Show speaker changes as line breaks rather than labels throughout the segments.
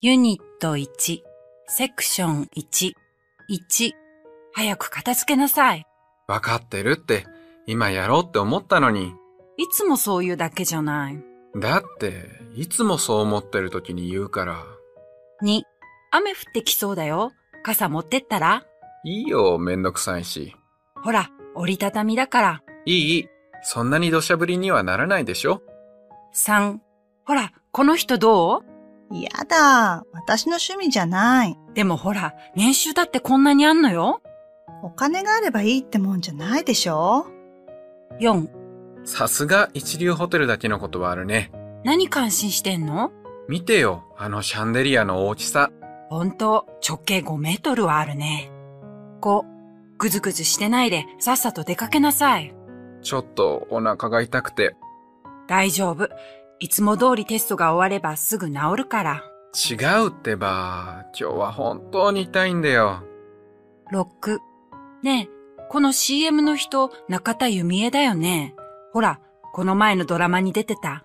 ユニット1、セクション1、1、早く片付けなさい。
わかってるって、今やろうって思ったのに。
いつもそういうだけじゃない。
だって、いつもそう思ってる時に言うから。
2、雨降ってきそうだよ。傘持ってったら
いいよ、めんどくさいし。
ほら、折りたたみだから。
いいいい、そんなに土砂降りにはならないでしょ
3、ほら、この人どう
やだ。私の趣味じゃない。
でもほら、年収だってこんなにあんのよ。
お金があればいいってもんじゃないでしょ
4、
さすが一流ホテルだけのことはあるね。
何感心してんの
見てよ、あのシャンデリアの大きさ。
本当直径5メートルはあるね。5、ぐずぐずしてないでさっさと出かけなさい。
ちょっとお腹が痛くて。
大丈夫。いつも通りテストが終わればすぐ治るから。
違うってば、今日は本当に痛いんだよ。
6、ねえ、この CM の人、中田由美恵だよね。ほら、この前のドラマに出てた。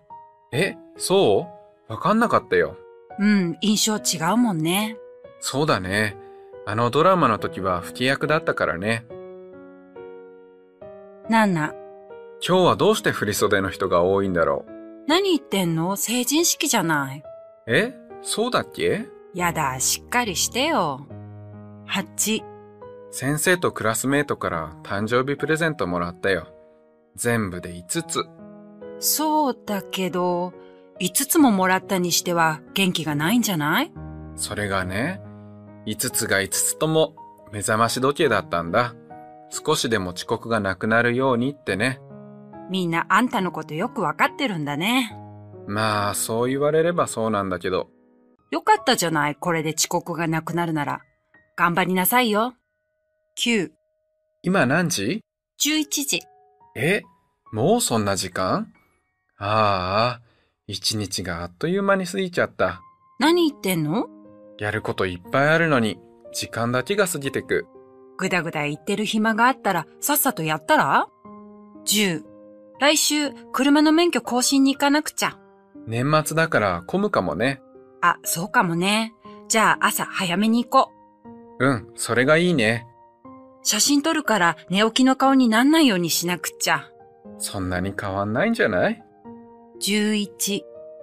え、そうわかんなかったよ。
うん、印象違うもんね。
そうだね。あのドラマの時は不規役だったからね。
7、
今日はどうして振り袖の人が多いんだろ
何言ってんの成人式じゃない。
う。え、そうだっけ
やだ、しっかりしてよ。8、
先生とクラスメートから誕生日プレゼントもらったよ。全部で5つ。
そうだけど、5つももらったにしては元気がないんじゃない
それがね、5つが5つとも目覚まし時計だったんだ。少しでも遅刻がなくなるようにってね。
みんなあんたのことよくわかってるんだね。
まあ、そう言われればそうなんだけど。
よかったじゃない、これで遅刻がなくなるなら。頑張りなさいよ。9、
今何時
11時。
えもうそんな時間ああ、一日があっという間に過ぎちゃった。
何言ってんの
やることいっぱいあるのに、時間だけが過ぎてく。
ぐだぐだ言ってる暇があったら、さっさとやったら ?10、来週、車の免許更新に行かなくちゃ。
年末だから混むかもね。
あ、そうかもね。じゃあ朝早めに行こう。
うん、それがいいね。
写真撮るから寝起きの顔になんないようにしなくちゃ。
そんなに変わんないんじゃない
11、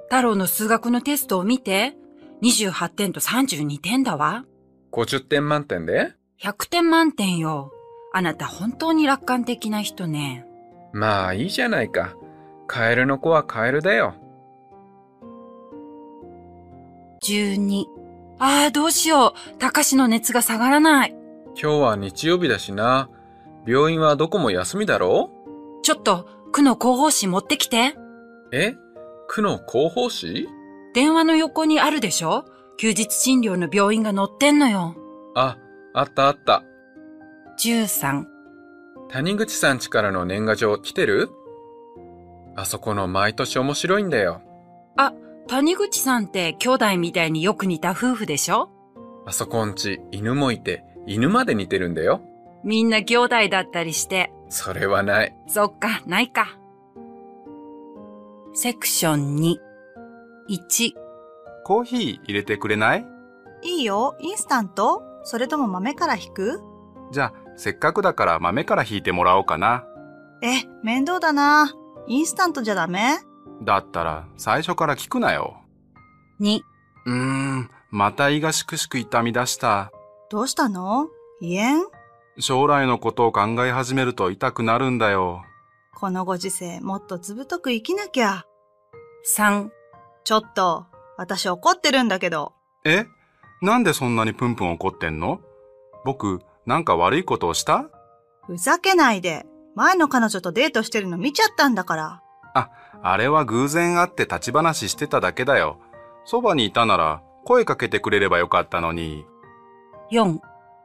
太郎の数学のテストを見て。28点と32点だわ。
?50 点満点で
100点満点よ。あなた本当に楽観的な人ね。
まあいいじゃないか。カエルの子はカエルだよ。
12。ああ、どうしよう。高しの熱が下がらない。
今日は日曜日だしな。病院はどこも休みだろ
ちょっと、区の広報誌持ってきて。
うえ区の広報誌
電話の横にあるでしょ休日診療の病院が載ってんのよ。
あ、あったあった。
13。
谷口さんちからの年賀状来てるあそこの毎年面白いんだよ。
あ、谷口さんって兄弟みたいによく似た夫婦でしょ
あそこんち犬もいて犬まで似てるんだよ。
みんな兄弟だったりして。
それはない。
そっか、ないか。セクション2。1。
コーヒー入れてくれない
いいよ。インスタントそれとも豆から引く
じゃあ、せっかくだから豆から引いてもらおうかな。
え、面倒だな。インスタントじゃダメ
だったら、最初から聞くなよ。
2。
うーん、また胃がしくしく痛み出した。
どうしたの胃炎
将来のことを考え始めると痛くなるんだよ。
このご時世もっとずぶとく生きなきゃ。
3。
ちょっと、私怒ってるんだけど。
えなんでそんなにプンプン怒ってんの僕、なんか悪いことをした
ふざけないで。前の彼女とデートしてるの見ちゃったんだから。
あれは偶然会って立ち話してただけだよ。そばにいたなら、声かけてくれればよかったのに。
4。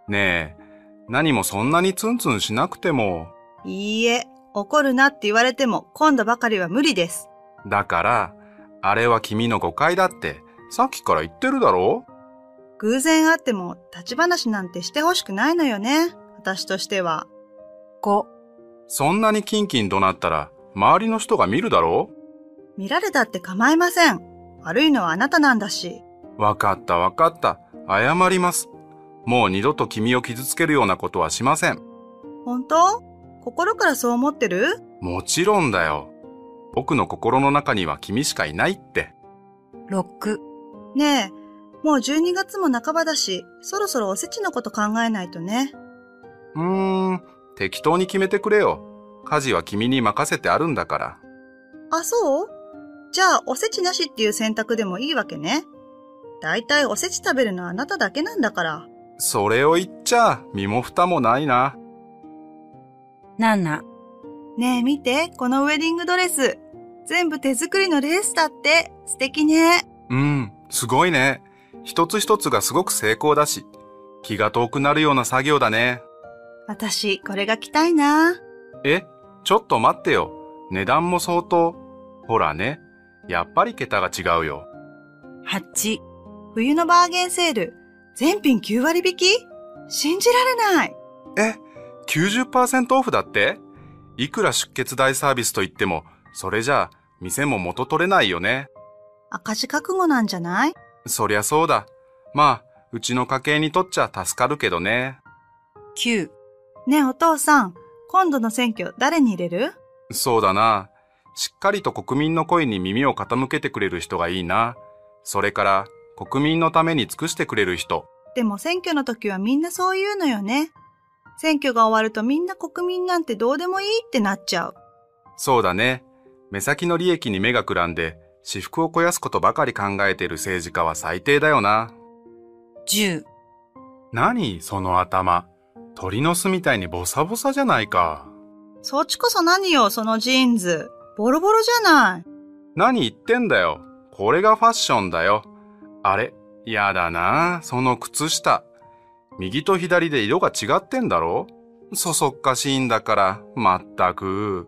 ねえ、何もそんなにツンツンしなくても。
いいえ、怒るなって言われても今度ばかりは無理です。
だから、あれは君の誤解だって、さっきから言ってるだろ
偶然会っても立ち話なんてしてほしくないのよね。私としては。
5。
そんなにキンキン怒鳴ったら、周りの人が見るだろ
見られたって構いません。悪いのはあなたなんだし。
わかったわかった。謝ります。もう二度と君を傷つけるようなことはしません。
本当心からそう思ってる
もちろんだよ。僕の心の中には君しかいないって。
6、
ねえ、もう12月も半ばだし、そろそろおせちのこと考えないとね。
うーん、適当に決めてくれよ。家事は君に任せてあるんだから。
あ、そうじゃあ、おせちなしっていう選択でもいいわけね。だいたいおせち食べるのはあなただけなんだから。
それを言っちゃ、身も蓋もないな。
7、
ねえ見て、このウェディングドレス。全部手作りのレースだって、素敵ね。
うん、すごいね。一つ一つがすごく成功だし、気が遠くなるような作業だね。
私、これが着たいな。
え、ちょっと待ってよ。値段も相当。ほらね、やっぱり桁が違うよ。
8、
冬のバーゲンセール、全品9割引き信じられない。
え、90%オフだっていくら出血大サービスと言っても、それじゃあ、店も元取れないよね。
赤字覚悟なんじゃない
そりゃそうだ。まあ、うちの家計にとっちゃ助かるけどね。
9、
ねえお父さん、今度の選挙誰に入れる
そうだな。しっかりと国民の声に耳を傾けてくれる人がいいな。それから、国民のために尽くしてくれる人。
でも選挙の時はみんなそう言うのよね。選挙が終わるとみんな国民なんてどうでもいいってなっちゃう。
そうだね。目先の利益に目がくらんで、私腹を肥やすことばかり考えている政治家は最低だよな。
10、
何その頭。鳥の巣みたいにボサボサじゃないか。
そっちこそ何よ、そのジーンズ。ボロボロじゃない。
何言ってんだよ。これがファッションだよ。あれ、やだな。その靴下。右と左で色が違ってんだろそそっかしいんだから、まったく。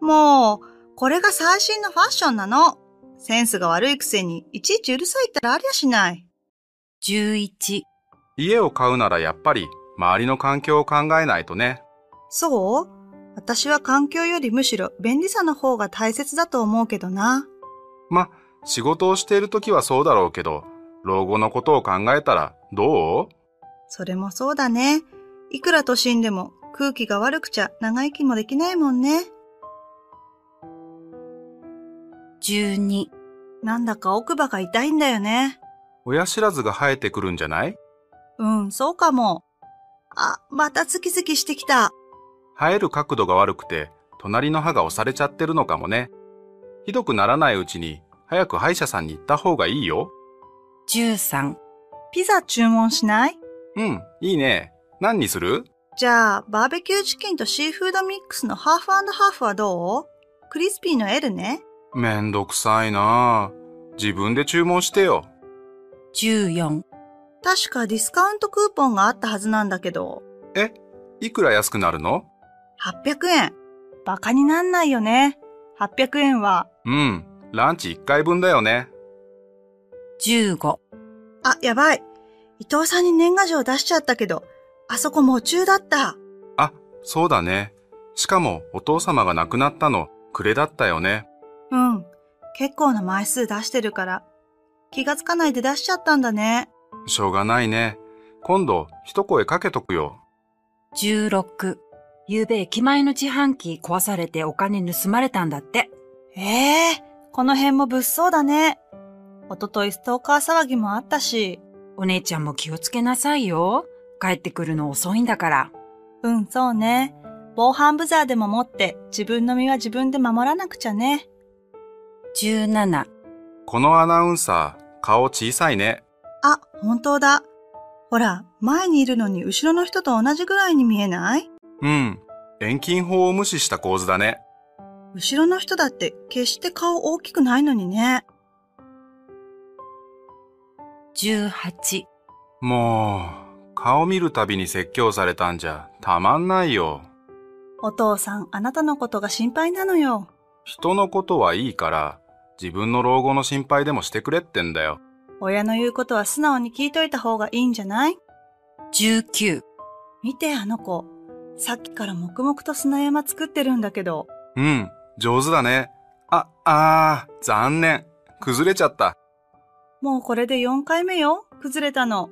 もう、これが最新のファッションなの。センスが悪いくせに、いちいちうるさいったらありゃしない。
11、
家を買うならやっぱり、周りの環境を考えないとね。
そう私は環境よりむしろ便利さの方が大切だと思うけどな。
ま、仕事をしている時はそうだろうけど、老後のことを考えたら、どう
それもそうだね。いくら都心でも空気が悪くちゃ長生きもできないもんね。
12、
なんだか奥歯が痛いんだよね。
親知らずが生えてくるんじゃない
うん、そうかも。あ、またズキズキしてきた。
生える角度が悪くて、隣の歯が押されちゃってるのかもね。ひどくならないうちに、早く歯医者さんに行った方がいいよ。
13、
ピザ注文しない
うん、いいね。何にする
じゃあ、バーベキューチキンとシーフードミックスのハーフハーフはどうクリスピーの L ね。
めんどくさいなあ自分で注文してよ。
14、
確かディスカウントクーポンがあったはずなんだけど、
いくら安くなるの
800円。バカになんないよね。800円は。
うん、ランチ1回分だよね。
15、
あ、やばい。伊藤さんに年賀状出しちゃったけど、あそこ夢中だった。
あ、そうだね。しかも、お父様が亡くなったの、暮れだったよね。
うん。結構な枚数出してるから。気がつかないで出しちゃったんだね。
しょうがないね。今度、一声かけとくよ。
16。昨べ駅前の自販機壊されてお金盗まれたんだって。
ええこの辺も物騒だね。おとといストーカー騒ぎもあったし。
お姉ちゃんも気をつけなさいよ。帰ってくるの遅いんだから。
うん、そうね。防犯ブザーでも持って自分の身は自分で守らなくちゃね。
17、
このアナウンサー、顔小さいね。
あ、本当だ。ほら、前にいるのに後ろの人と同じぐらいに見えない
うん。遠近法を無視した構図だね。
後ろの人だって決して顔大きくないのにね。
18、
もう、顔見るたびに説教されたんじゃ、たまんないよ。
お父さん、あなたのことが心配なのよ。
人のことはいいから、自分の老後の心配でもしてくれってんだよ。
親の言うことは素直に聞いといた方がいいんじゃない
19、
見て、あの子。さっきから黙々と砂山作ってるんだけど。
うん、上手だね。あ、あー、残念。崩れちゃった。
もうこれで4回目よ、崩れたの。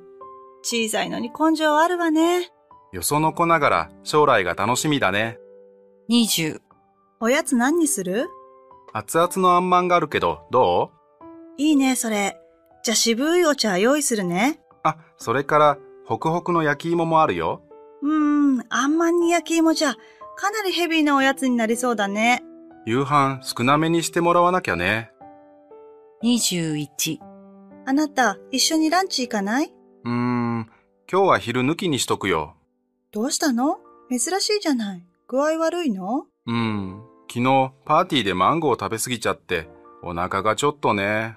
小さいのに根性あるわね。
よその子ながら将来が楽しみだね。
20、
おやつ何にする
熱々のあんまんがあるけど、どう
いいね、それ。じゃあ渋いお茶用意するね。
あ、それから、ホクホクの焼き芋もあるよ。
うーん、あんまんに焼き芋じゃ、かなりヘビーなおやつになりそうだね。
夕飯少なめにしてもらわなきゃね。
21、
あなた、一緒にランチ行かないう
ーん、今日は昼抜きにしとくよ。
どうしたの珍しいじゃない。具合悪いの
うん、昨日パーティーでマンゴーを食べ過ぎちゃって、お腹がちょっとね。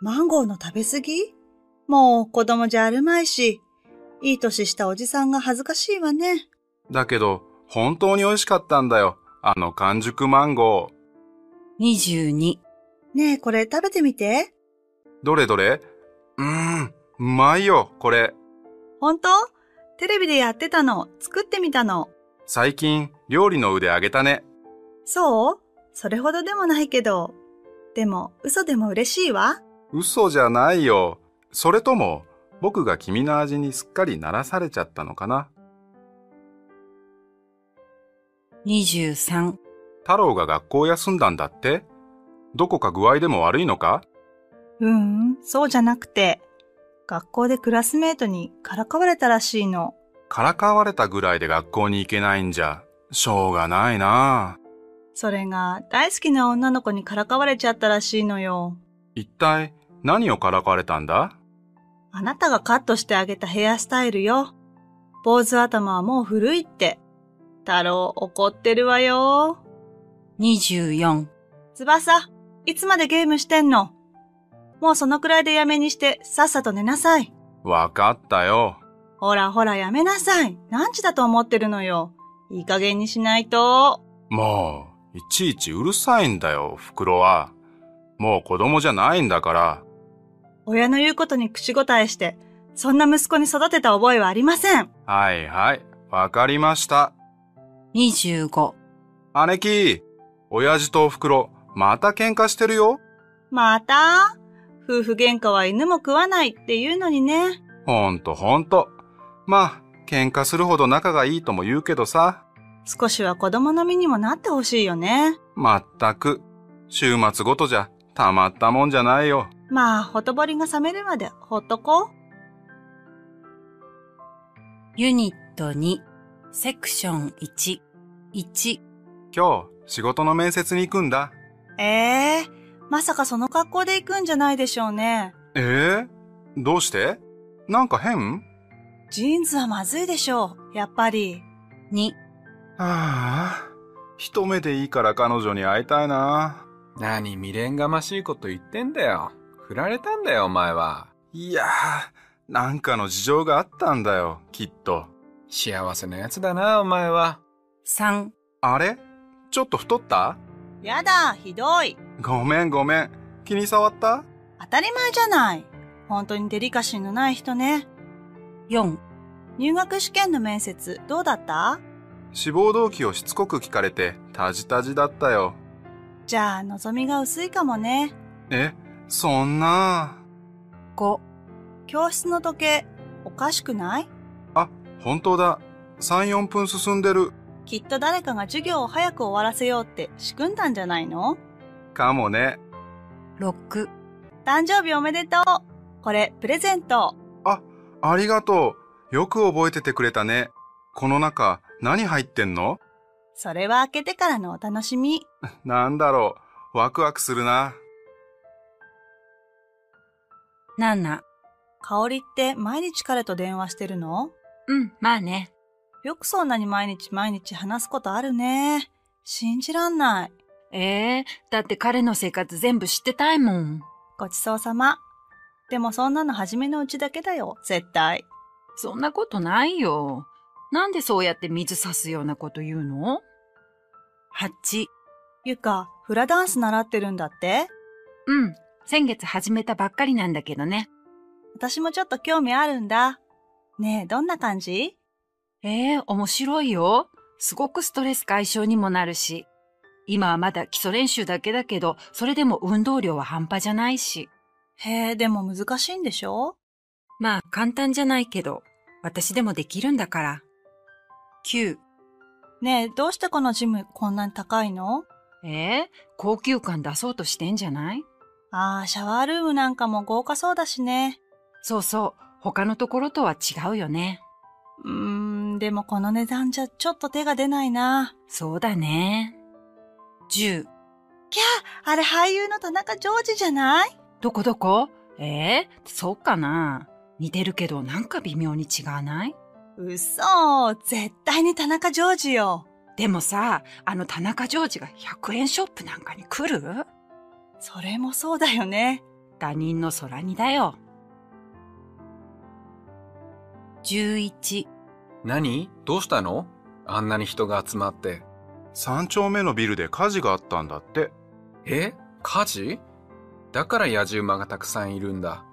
マンゴーの食べ過ぎもう子供じゃあるまいし、いい年したおじさんが恥ずかしいわね。
だけど、本当に美味しかったんだよ。あの完熟マンゴー。
22、
ねえ、これ食べてみて。
どれどれうーん、うまいよ、これ。
本当テレビでやってたの。作ってみたの。
最近、料理の腕上げたね。
そうそれほどでもないけど。でも、嘘でも嬉しいわ。
嘘じゃないよ。それとも、僕が君の味にすっかり慣らされちゃったのかな。
23、
太郎が学校休んだんだってどこか具合でも悪いのか
ううん、そうじゃなくて。学校でクラスメートにからかわれたらしいの。
からかわれたぐらいで学校に行けないんじゃ、しょうがないなあ。
それが、大好きな女の子にからかわれちゃったらしいのよ。
一体、何をからかわれたんだ
あなたがカットしてあげたヘアスタイルよ。坊主頭はもう古いって。太郎怒ってるわよ。
24、
翼、いつまでゲームしてんのもうそのくらいでやめにしてさっさと寝なさい。
わかったよ。
ほらほらやめなさい。何時だと思ってるのよ。いい加減にしないと。
もう、いちいちうるさいんだよ、袋は。もう子供じゃないんだから。
親の言うことに口答えして、そんな息子に育てた覚えはありません。
はいはい、わかりました。
25、
姉貴、親父と袋、また喧嘩してるよ。
また夫婦喧嘩は犬も食わないっていうのにね。
ほんとほんと。まあ、喧嘩するほど仲がいいとも言うけどさ。
少しは子供の身にもなってほしいよね。
まったく、週末ごとじゃたまったもんじゃないよ。
まあ、ほとぼりが冷めるまでほっとこう。
ユニット2、セクション1、1、
今日、仕事の面接に行くんだ。
ええまさかその格好で行くんじゃないでしょうね。
ええどうしてなんか変
ジーンズはまずいでしょう、やっぱり。
2、
はあ、一目でいいから彼女に会いたいな。
何未練がましいこと言ってんだよ。振られたんだよ、お前は。
いやあ、なんかの事情があったんだよ、きっと。
幸せなやつだな、お前は。
3、
あれちょっと太った
やだ、ひどい。
ごめんごめん。気に触った
当たり前じゃない。本当にデリカシーのない人ね。
4、
入学試験の面接、どうだった
志望動機をしつこく聞かれてタジタジだったよ
じゃあ、望みが薄いかもね。
えそんな
5、
教室の時計、おかしくない
あ本当だ34分進んでる
きっと誰かが授業を早く終わらせようって仕組んだんじゃないの
かもね
6、
誕生日おめでとうこれ、プレゼント
ありがとうよく覚えててくれたねこの中何入ってんの
それは開けてからのお楽しみ。
なんだろうワクワクするな
7、
香りって毎日彼と電話してるの
うん、まあね。
よくそんなに毎日毎日話すことあるね。信じらんない。
ええだって彼の生活全部知ってたいもん。
ごちそうさま。でもそんなの初めのうちだけだよ、絶対。
そんなことないよ。なんでそうやって水差すようなこと言うの ?8、
ゆか、フラダンス習ってるんだって
うん、先月始めたばっかりなんだけどね。
私もちょっと興味あるんだ。ねえ、どんな感じ
ええ面白いよ。すごくストレス解消にもなるし。今はまだ基礎練習だけだけど、それでも運動量は半端じゃないし。
へえ、でも難しいんでしょ
まあ簡単じゃないけど、私でもできるんだから。9、
ねえ、どうしてこのジムこんなに高いの
えー高級感出そうとしてんじゃない
ああ、シャワールームなんかも豪華そうだしね。
そうそう、他のところとは違うよね。
うーん、でもこの値段じゃちょっと手が出ないな。
そうだね。10、
キャーあれ俳優の田中ジョージじゃない
どこどこえー、そうかな似てるけどなんか微妙に違わない
嘘絶対に田中ジョージよ。
でもさ、あの田中ジョージが100円ショップなんかに来る
それもそうだよね。
他人の空にだよ。11、
何どうしたのあんなに人が集まって。
三丁目のビルで火事があったんだって。
え火事だから野獣馬がたくさんいるんだ。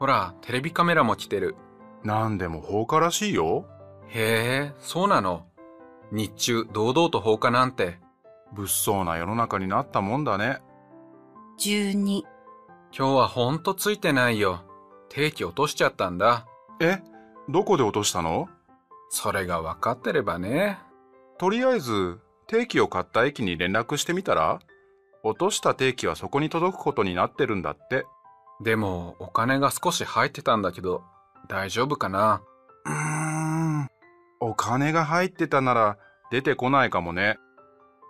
ほら、テレビカメラも来てる。
なんでも放火らしいよ。
へえ、そうなの。日中、堂々と放火なんて。
物騒な世の中になったもんだね。
12、
今日はほんとついてないよ。定期落としちゃったんだ。
え、どこで落としたの
それが分かってればね。
とりあえず、定期を買った駅に連絡してみたら落とした定期はそこに届くことになってるんだって。
でも、お金が少し入ってたんだけど、大丈夫かな
うーん。お金が入ってたなら出てこないかもね。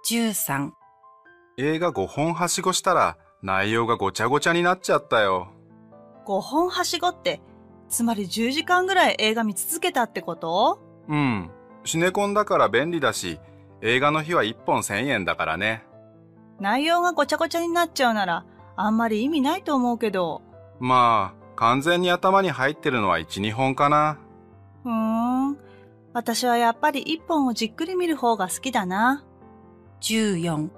13、
映画5本はしごしたら内容がごちゃごちゃになっちゃったよ。
5本はしごって、つまり10時間ぐらい映画見続けたってこと
うん。シネコンだから便利だし、映画の日は1本1000円だからね。
内容がごちゃごちゃになっちゃうなら、あんまり意味ないと思うけど。
まあ、完全に頭に入ってるのは1、2本かな。
ふーん。私はやっぱり一本をじっくり見る方が好きだな。
14、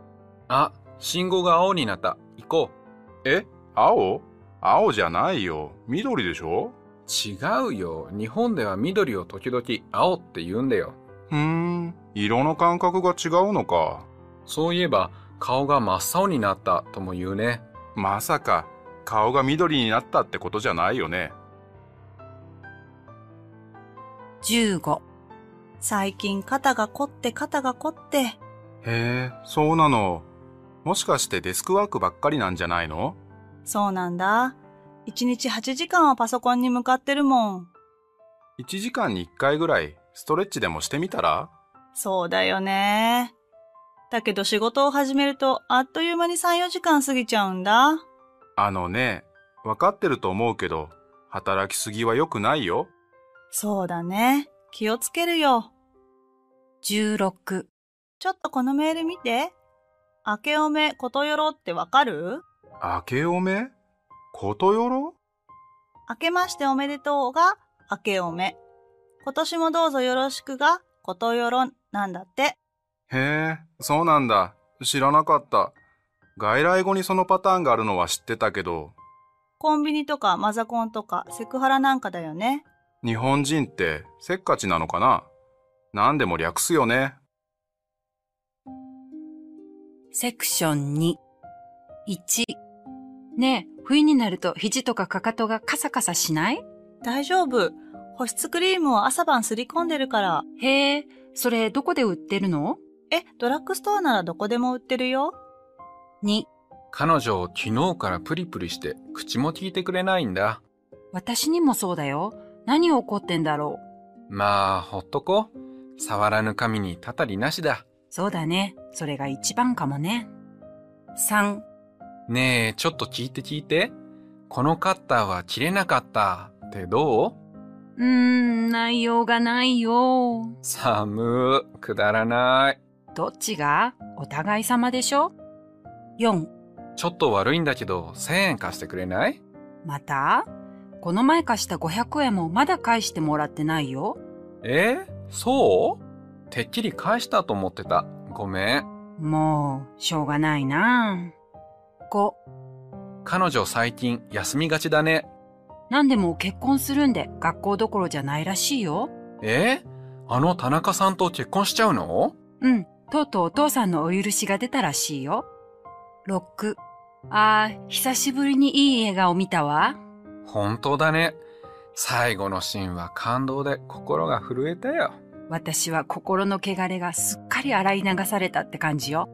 あ、信号が青になった。行こう。
え青青じゃないよ。緑でしょ
違うよ。日本では緑を時々青って言うんだよ。
うーん。色の感覚が違うのか。
そういえば、顔が真っ青になったとも言うね。
まさか、顔が緑になったってことじゃないよね。
15、
最近肩が凝って肩が凝って。
へえ、そうなの。もしかしてデスクワークばっかりなんじゃないの
そうなんだ。1日8時間はパソコンに向かってるもん。
?1 時間に1回ぐらいストレッチでもしてみたら
そうだよね。だけど仕事を始めるとあっという間に3、4時間過ぎちゃうんだ。
あのね、わかってると思うけど、働きすぎは良くないよ。
そうだね。気をつけるよ。
16、
ちょっとこのメール見て。明けおめことよろってわかる
明けおめことよろ
明けましておめでとうが明けおめ。今年もどうぞよろしくがことよろなんだって。
へえ、そうなんだ。知らなかった。外来語にそのパターンがあるのは知ってたけど、
コンビニとかマザコンとかセクハラなんかだよね。
日本人ってせっかちなのかな何でも略すよね。
セクション2、1、ねえ、冬になると肘とかかかとがカサカサしない
大丈夫。保湿クリームを朝晩すり込んでるから。
へえ、それどこで売ってるの
え、ドラッグストアならどこでも売ってるよ。
?2、
彼女、昨日からプリプリして、口も聞いてくれないんだ。
私にもそうだよ。何を怒ってんだろう。
まあ、ほっとこう。触らぬ神にたたりなしだ。
そうだね。それが一番かもね。3、
ねえ、ちょっと聞いて聞いて。このカッターは切れなかったってどう
うーん、内容がないよ。
寒ー、くだらない。
どっちがお互い様でしょ ?4、
ちょっと悪いんだけど、1000円貸してくれない
またこの前貸した500円もまだ返してもらってないよ。
えそうてっきり返したと思ってた。ごめん。
もう、しょうがないな。5、
彼女最近休みがちだね。
何でも結婚するんで学校どころじゃないらしいよ。
えあの田中さんと結婚しちゃうの
うん、とうとうお父さんのお許しが出たらしいよ。6、あー、久しぶりにいい映画を見たわ。
本当だね。最後のシーンは感動で心が震えたよ。
私は心の汚れがすっかり洗い流されたって感じよ。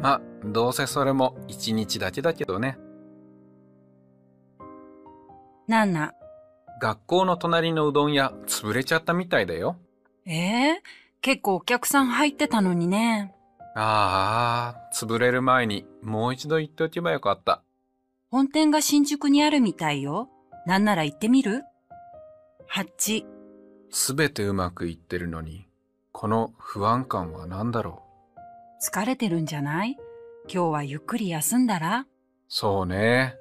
まあ、どうせそれも一日だけだけどね。
ナンナ、
学校の隣のうどん屋潰れちゃったみたいだよ。
ええ結構お客さん入ってたのにね。
ああ、潰れる前にもう一度言っておけばよかった。
本店が新宿にあるみたいよ。なんなら行ってみる ?8、
すべてうまくいってるのに、この不安感は何だろう。
疲れてるんじゃない今日はゆっくり休んだら
そうね。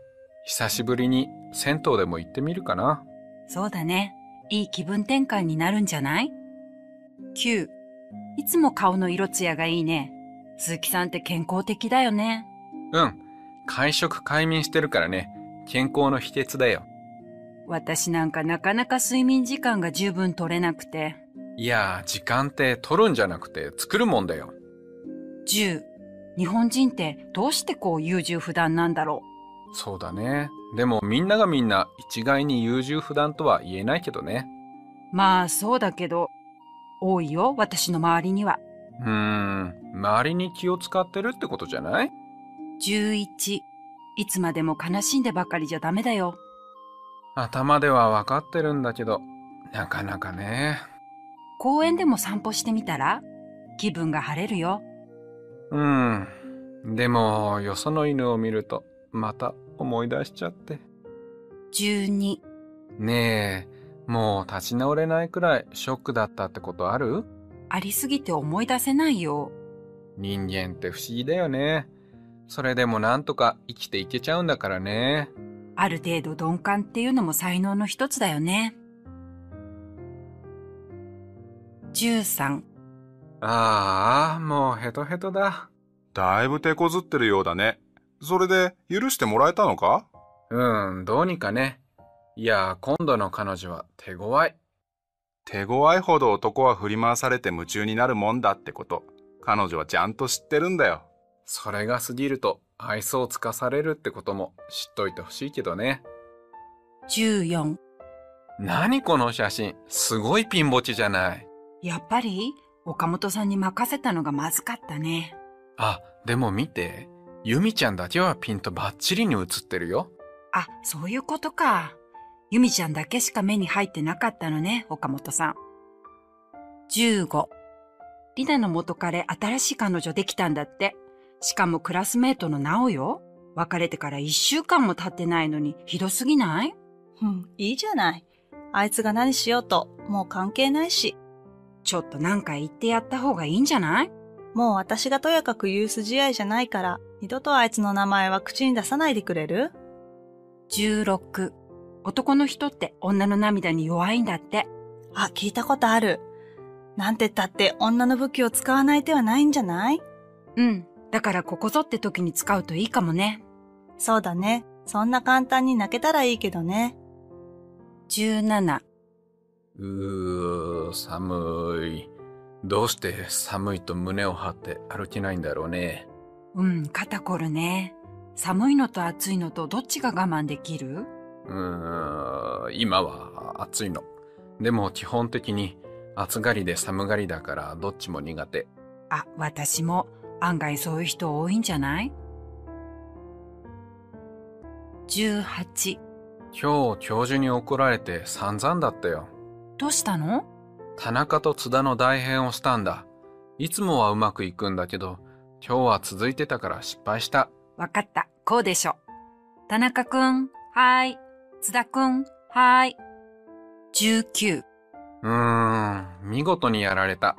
久しぶりに銭湯でも行ってみるかな。
そうだね。いい気分転換になるんじゃない ?9、いつも顔の色艶がいいね。鈴木さんって健康的だよね。
うん。会食快眠してるからね。健康の秘訣だよ。
私なんかなかなか睡眠時間が十分取れなくて。
いやー、時間って取るんじゃなくて作るもんだよ。
10、日本人ってどうしてこう優柔不断なんだろ
そうだね。でもみんながみんな一概に優柔不断とは言えないけどね。
う。まあそうだけど、多いよ、私の周りには。
うーん、周りに気を使ってるってことじゃない
11、いつまでも悲しんでばかりじゃダメだよ。
頭ではわかってるんだけど、なかなかね。
公園でも散歩してみたら気分が晴れるよ。
うん。でも、よその犬を見ると、また思い出しちゃって。
12、
ねえ、もう立ち直れないくらいショックだったってことある
ありすぎて思い出せないよ。
人間って不思議だよね。それでもなんとか生きていけちゃうんだからね。
ある程度鈍感っていうのも才能の一つだよね。13、
ああ、もうヘトヘトだ。
だいぶ手こずってるようだね。それで許してもらえたのか
うん、どうにかね。いや、今度の彼女は手強い。
手強いほど男は振り回されて夢中になるもんだってこと。彼女はちゃんと知ってるんだよ。
それが過ぎると愛想をつかされるってことも知っといてほしいけどね。
14。
何この写真。すごいピンボチじゃない。
やっぱり岡本さんに任せたのがまずかったね。
あ、でも見て。ユミちゃんだけはピンとバッチリに写ってるよ。
あ、そういうことか。ゆみちゃんだけしか目に入ってなかったのね、岡本さん。15。リナの元彼、新しい彼女できたんだって。しかもクラスメートのナオよ。別れてから1週間も経ってないのに、ひどすぎない
うん、いいじゃない。あいつが何しようと、もう関係ないし。
ちょっとなんか言ってやった方がいいんじゃない
もう私がとやかく言う筋合いじゃないから、二度とあいつの名前は口に出さないでくれる
?16。男の人って女の涙に弱いんだって。
あ、聞いたことある。なんてったって女の武器を使わない手はないんじゃない
うん。だからここぞって時に使うといいかもね。
そうだね。そんな簡単に泣けたらいいけどね。
17。
うー、寒い。どうして寒いと胸を張って歩けないんだろうね。
うん、肩こるね。寒いのと暑いのとどっちが我慢できる
うーん、今は暑いの。でも基本的に暑がりで寒がりだからどっちも苦手。
あ、私も案外そういう人多いんじゃない ?18。
今日教授に怒られて散々だったよ。
どうしたの
田中と津田の代編をしたんだ。いつもはうまくいくんだけど、今日は続いてたから失敗した。
わかった。こうでしょ。田中くん、はーい。津田くん、はーい。19。
うーん、見事にやられた。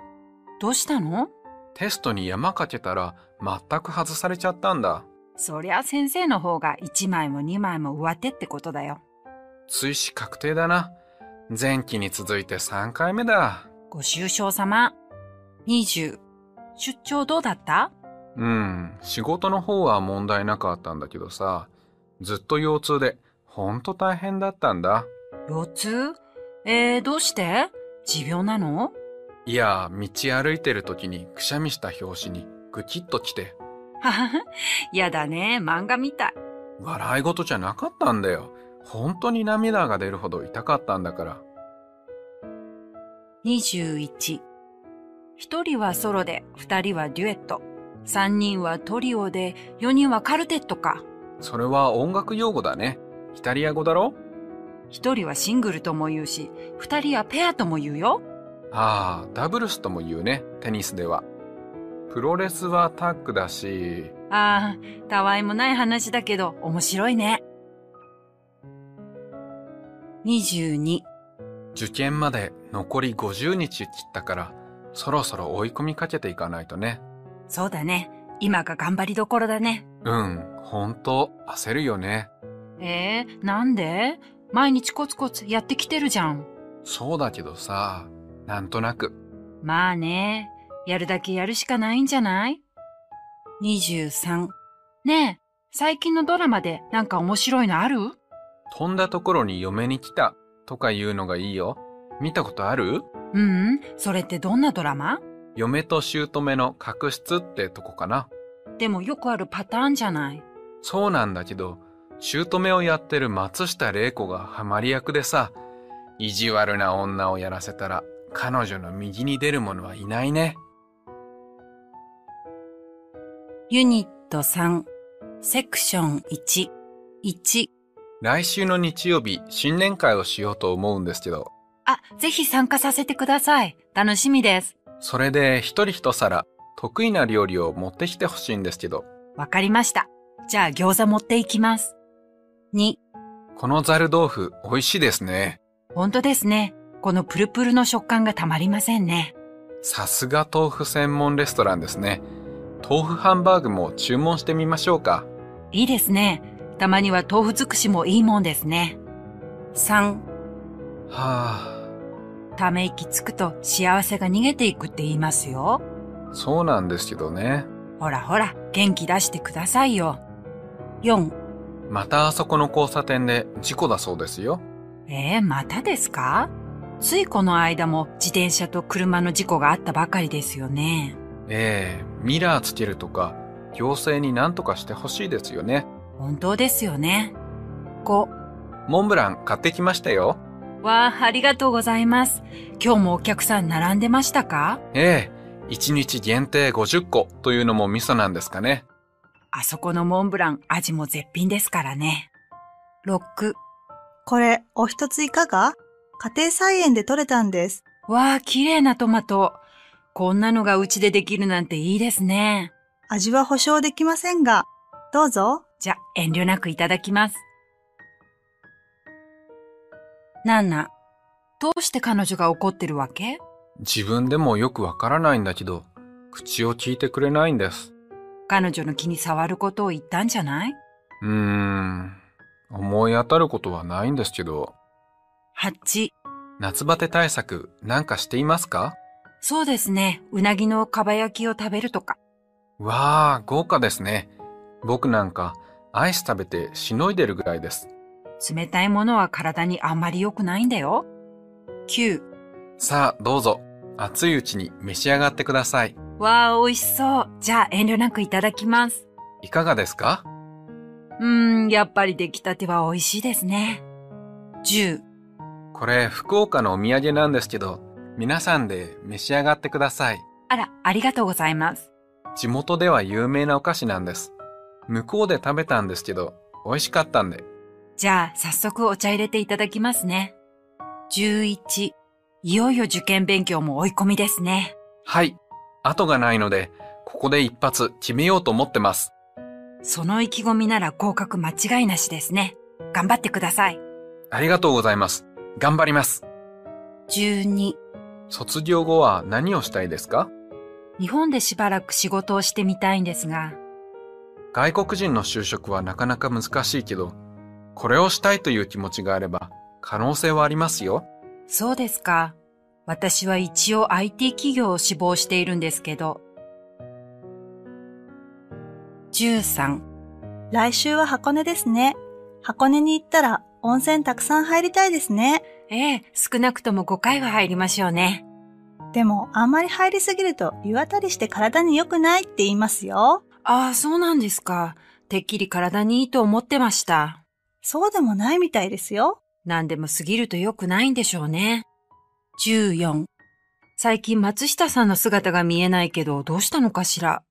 どうしたの
テストに山かけたら全く外されちゃったんだ。
そりゃ先生の方が1枚も2枚も上手ってことだよ。
追試確定だな。前期に続いて3回目だ。
ご愁傷様。20。出張どうだった
うん、仕事の方は問題なかったんだけどさ、ずっと腰痛で、ほんと大変だったんだ。
腰痛えー、どうして持病なの
いや、道歩いてる時にくしゃみした拍子にぐきっと来て、
はははやだね、漫画みたい。
笑い事じゃなかったんだよ。本当に涙が出るほど痛かったんだから。
21一人はソロで、二人はデュエット、三人はトリオで、四人はカルテットか。
それは音楽用語だね。イタリア語だろ
一人はシングルとも言うし、二人はペアとも言うよ。
ああ、ダブルスとも言うね、テニスでは。プロレスはタッグだし、
ああ、たわいもない話だけど面白いね。22
受験まで残り50日切ったから、そろそろ追い込みかけていかないとね。
そうだね。今が頑張りどころだね。
うん、本当焦るよね。
えー、なんで毎日コツコツやってきてるじゃん。
そうだけどさ、なんとなく。
まあね、やるだけやるしかないんじゃない ?23。ねえ、最近のドラマでなんか面白いのある
飛んだところに嫁に来たとか言うのがいいよ。見たことある
うん、それってどんなドラマ
嫁と姑の確執ってとこかな。
でもよくあるパターンじゃない。
そうなんだけど、姑をやってる松下玲子がハマり役でさ、意地悪な女をやらせたら彼女の右に出る者はいないね。
ユニット3、セクション1、1。
来週の日曜日、新年会をしようと思うんですけど、
あ、ぜひ参加させてください。楽しみです。
それで一人一皿、得意な料理を持ってきてほしいんですけど、
わかりました。じゃあ餃子持っていきます。2、
このザル豆腐美味しいですね。
本当ですね。このプルプルの食感がたまりませんね。
さすが豆腐専門レストランですね。豆腐ハンバーグも注文してみましょうか。
いいですね。たまには豆腐尽くしもいいもんですね。3、
はあ、
ため息つくと幸せが逃げていくって言いますよ。
そうなんですけどね。
ほらほら、元気出してくださいよ。4、
またあそこの交差点で事故だそうですよ。
えー、またですかついこの間も自転車と車の事故があったばかりですよね。
ええミラーつけるとか、行政に何とかしてほしいですよね。
本当ですよね。5、
モンブラン買ってきましたよ。
わあ、ありがとうございます。今日もお客さん並んでましたか
ええ1日限定50個というのもミソなんですかね。
あそこのモンブラン味も絶品ですからね。6、
これ、お一ついかが家庭菜園で採れたんです。
わあ、綺麗なトマト。こんなのがうちでできるなんていいですね。
味は保証できませんが、どうぞ。
じゃ、遠慮なくいただきます。7、どうして彼女が怒ってるわけ
自分でもよくわからないんだけど、口を聞いてくれないんです。
彼女の気に触ることを言ったんじゃないう
ーん、思い当たることはないんですけど、
?8、
夏バテ対策なんかしていますか
そうですね。うなぎのかば焼きを食べるとか。
わあ、豪華ですね。僕なんかアイス食べてしのいでるぐらいです。
冷たいものは体にあんまり良くないんだよ。9、
さあ、どうぞ。熱いうちに召し上がってください。
わあ、美味しそう。じゃあ遠慮なくいただきます。
いかがですか
うーん、やっぱり出来たては美味しいですね。10、
これ、福岡のお土産なんですけど、皆さんで召し上がってください。
あら、ありがとうございます。
地元では有名なお菓子なんです。向こうで食べたんですけど、美味しかったんで。
じゃあ早速お茶入れていただきますね。11、いよいよ受験勉強も追い込みですね。
はい。後がないので、ここで一発決めようと思ってます。
その意気込みなら合格間違いなしですね。頑張ってください。
ありがとうございます。頑張ります。
12、
卒業後は何をしたいですか
日本でしばらく仕事をしてみたいんですが、
外国人の就職はなかなか難しいけど、これをしたいという気持ちがあれば、可能性はありますよ。
そうですか。私は一応 IT 企業を志望しているんですけど。13、
来週は箱根ですね。箱根に行ったら温泉たくさん入りたいですね。
ええ、少なくとも5回は入りましょうね。
でも、あんまり入りすぎると湯あたりして体に良くないって言いますよ。
ああ、そうなんですか。てっきり体にいいと思ってました。
そうでもないみたいですよ。
何でも過ぎると良くないんでしょうね。14。最近松下さんの姿が見えないけど、どうしたのかしら。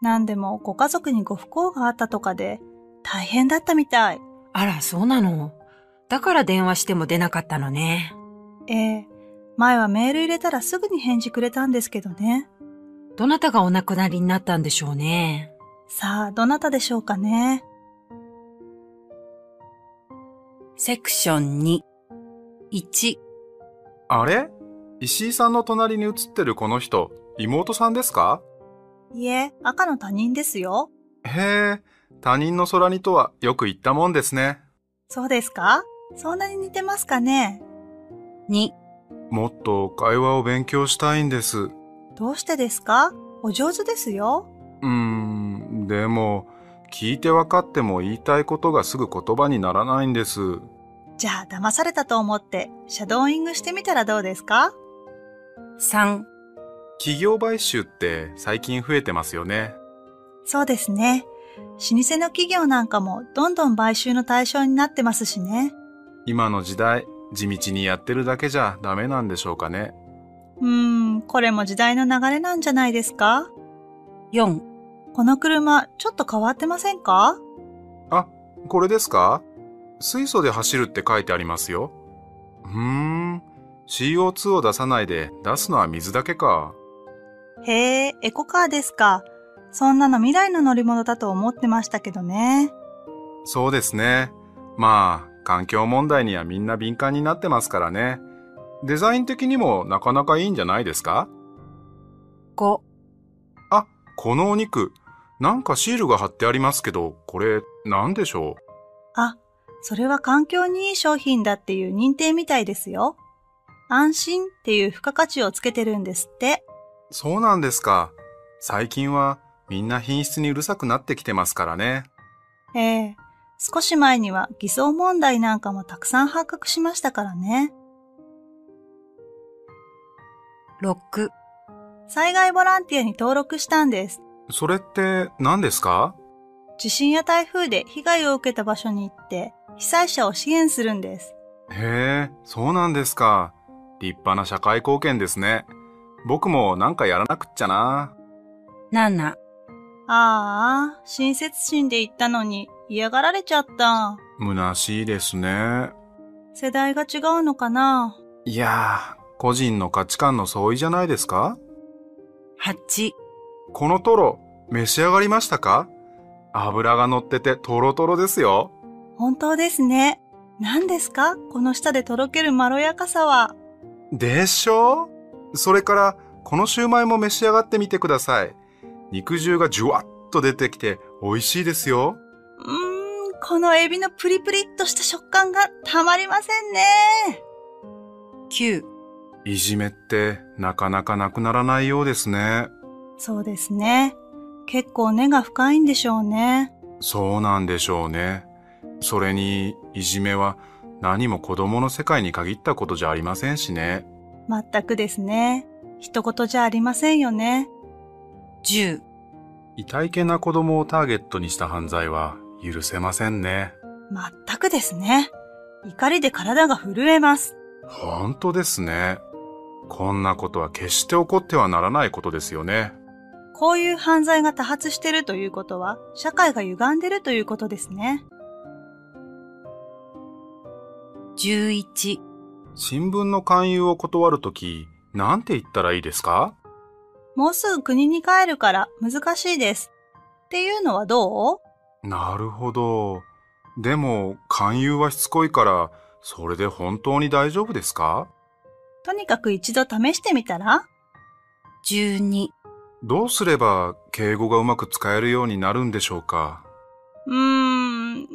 なんでもご家族にご不幸があったとかで大変だったみたい。
あら、そうなの。だから電話しても出なかったのね。
ええ前はメール入れたらすぐに返事くれたんですけどね。
どなたがお亡くなりになったんでしょうね。
さあ、どなたでしょうかね。
セクション2。1、
あれ石井さんの隣に写ってるこの人、妹さんですか
いえ、赤の他人ですよ。
へえ、他人の空にとはよく言ったもんですね。
そうですかそんなに似てますかね
2、
もっと会話を勉強したいんです。う
どうしてですかお上手ですよ。
ーん、でも、聞いて分かっても言いたいことがすぐ言葉にならないんです。
じゃあ、騙されたと思って、シャドーイングしてみたらどうですか
3、
企業買収って最近増えてますよね。
そうですね。老舗の企業なんかもどんどん買収の対象になってますしね。
今の時代、地道にやってるだけじゃダメなんでしょうかね。
うーん、これも時代の流れなんじゃないですか
4、
この車、ちょっと変わってませんか
これですか水素で走るって書いてありますよ。うーん、CO2 を出さないで出すのは水だけか。
へえ、エコカーですか。そんなの未来の乗り物だと思ってましたけどね。
そうですね。まあ、環境問題にはみんな敏感になってますからね。デザイン的にもなかなかいいんじゃないですか
5、
あ、このお肉。なんかシールが貼ってありますけど、これ、なんでしょう
あ、それは環境にいい商品だっていう認定みたいですよ。安心っていう付加価値をつけてるんですって。
そうなんですか。最近は、みんな品質にうるさくなってきてますからね。
ええ少し前には偽装問題なんかもたくさん発覚しましたからね。
6、
災害ボランティアに登録したんです。
それって、何ですか
地震や台風で被害を受けた場所に行って、被災者を支援するんです。
へえ、そうなんですか。立派な社会貢献ですね。僕もなんかやらなくっちゃな。
7、
ああ、親切心で行ったのに嫌がられちゃった。
虚しいですね。
世代が違うのかない
やー、個人の価値観の相違じゃないですか
8、
このトロ、召し上がりましたか油が乗っててトロトロですよ。
本当ですね。何ですかこの舌でとろけるまろやかさは。
でしょそれから、このシューマイも召し上がってみてください。肉汁がジュワッと出てきて美味しいですよ。
うーん、このエビのプリプリっとした食感がたまりませんね。
9、
いじめってなかなかなくならないようですね。
そうですね。結構根が深いんでしょうね。
そうなんでしょうね。それに、いじめは何も子供の世界に限ったことじゃありませんしね。
全くですね。一言じゃありませんよね。
10、
異体系な子供をターゲットにした犯罪は許せませんね。
全くですね。怒りで体が震えます。
本当ですね。こんなことは決して起こってはならないことですよね。
こういう犯罪が多発してるということは、社会が歪んでるということですね。
11、
新聞の勧誘を断るとき、なんて言ったらいいですか
もうすぐ国に帰るから難しいです。っていうのはどう
なるほど。でも、勧誘はしつこいから、それで本当に大丈夫ですか
とにかく一度試してみたら
12、
どうすれば敬語がうまく使えるようになるんでしょうか
うー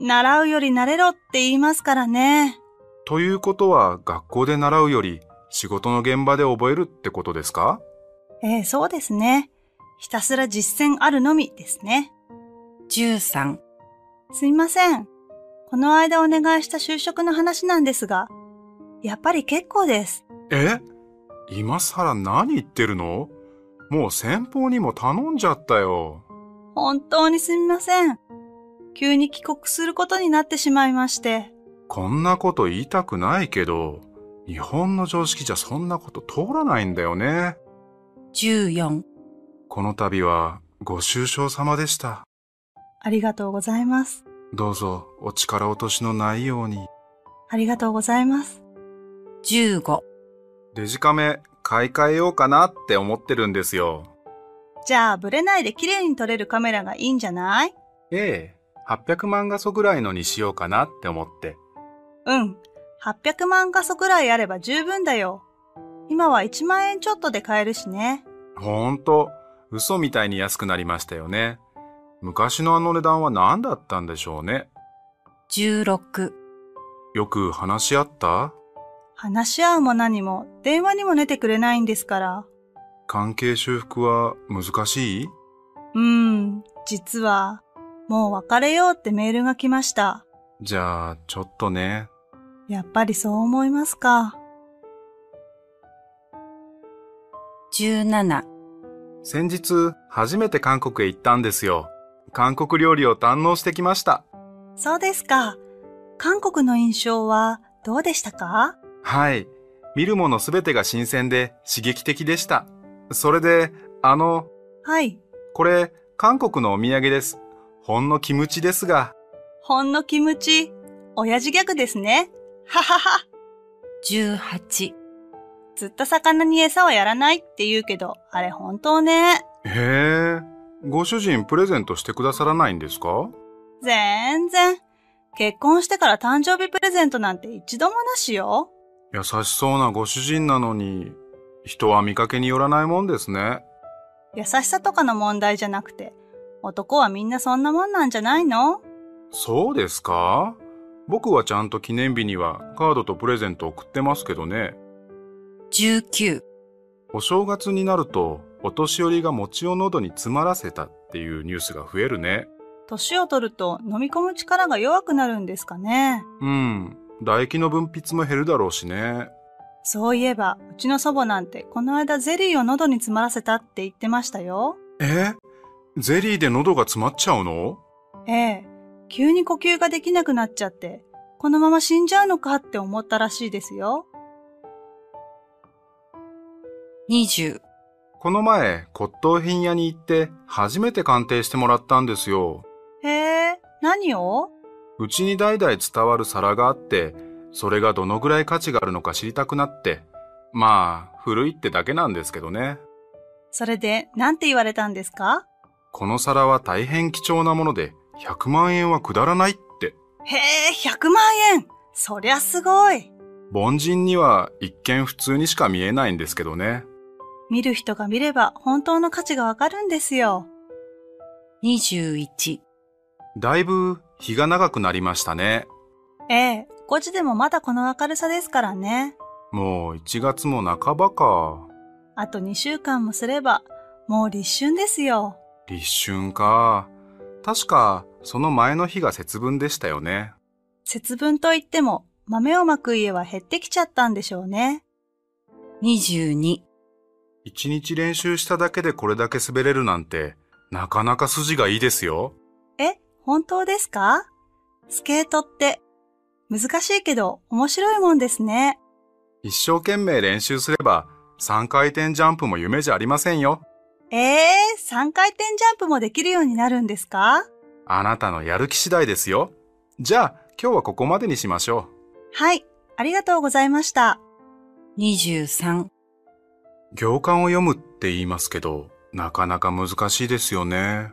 ん、習うより慣れろって言いますからね。
ということは学校で習うより仕事の現場で覚えるってことですか
ええ、そうですね。ひたすら実践あるのみですね。
13、
すみません。この間お願いした就職の話なんですが、やっぱり結構です。
え今さら何言ってるのもう先方にも頼んじゃったよ。
本当にすみません。急に帰国することになってしまいまして。
こんなこと言いたくないけど、日本の常識じゃそんなこと通らないんだよね。
14、
この度はご愁傷様でした。
ありがとうございます。
どうぞお力落としのないように。
ありがとうございます。
15、
デジカメ買い替えようかなって思ってるんですよ。
じゃあ、ブレないで綺麗に撮れるカメラがいいんじゃない
ええ、800万画素ぐらいのにしようかなって思って。
うん。800万画素くらいあれば十分だよ。今は1万円ちょっとで買えるしね。
ほんと、嘘みたいに安くなりましたよね。昔のあの値段は何だったんでしょうね。
16、
よく話し合った
話し合うも何も、電話にも出てくれないんですから。
関係修復は難しいう
ーん、実は、もう別れようってメールが来ました。
じゃあ、ちょっとね。
やっぱりそう思いますか。
17、
先日、初めて韓国へ行ったんですよ。韓国料理を堪能してきました。
そうですか。韓国の印象はどうでしたか
はい。見るものすべてが新鮮で刺激的でした。それで、あの、
はい。
これ、韓国のお土産です。ほんのキムチですが、
ほんのキムチ、親父ギャグですね。ははは。
18、
釣った魚に餌はやらないって言うけど、あれ本当ね。
へえ、ご主人プレゼントしてくださらないんですか
全然。結婚してから誕生日プレゼントなんて一度もなしよ。
優しそうなご主人なのに、人は見かけによらないもんですね。
優しさとかの問題じゃなくて、男はみんなそんなもんなんじゃないの
そうですか僕はちゃんと記念日にはカードとプレゼント送ってますけどね。
19、
お正月になると、お年寄りが餅を喉に詰まらせたっていうニュースが増えるね。
年を取ると飲み込む力が弱くなるんですかね。
うん。唾液の分泌も減るだろうしね。
そういえば、うちの祖母なんてこの間ゼリーを喉に詰まらせたって言ってましたよ。
えゼリーで喉が詰まっちゃうの
ええ、急に呼吸ができなくなっちゃって、このまま死んじゃうのかって思ったらしいですよ。
20、
この前、骨董品屋に行って初めて鑑定してもらったんですよ。
へえ、何を
うちに代々伝わる皿があって、それがどのぐらい価値があるのか知りたくなって。まあ、古いってだけなんですけどね。
それで、なんて言われたんですか
この皿は大変貴重なもので、100万円はくだらないって。
へえ、100万円そりゃすごい
凡人には一見普通にしか見えないんですけどね。
見る人が見れば本当の価値がわかるんですよ。
21、
だいぶ日が長くなりましたね。
ええ、5時でもまだこの明るさですからね。
もう1月も半ばか。
あと2週間もすれば、もう立春ですよ。
立春か。確か、その前の日が節分でしたよね。
節分といっても、豆をまく家は減ってきちゃったんでしょうね。
22、
一日練習しただけでこれだけ滑れるなんて、なかなか筋がいいですよ。
え、本当ですかスケートって、難しいけど面白いもんですね。
一生懸命練習すれば、3回転ジャンプも夢じゃありませんよ。
ええ3回転ジャンプもできるようになるんですか
あなたのやる気次第ですよ。じゃあ、今日はここまでにしましょ
はい、ありがとうございました。
23、
う。行間を読むって言いますけど、なかなか難しいですよね。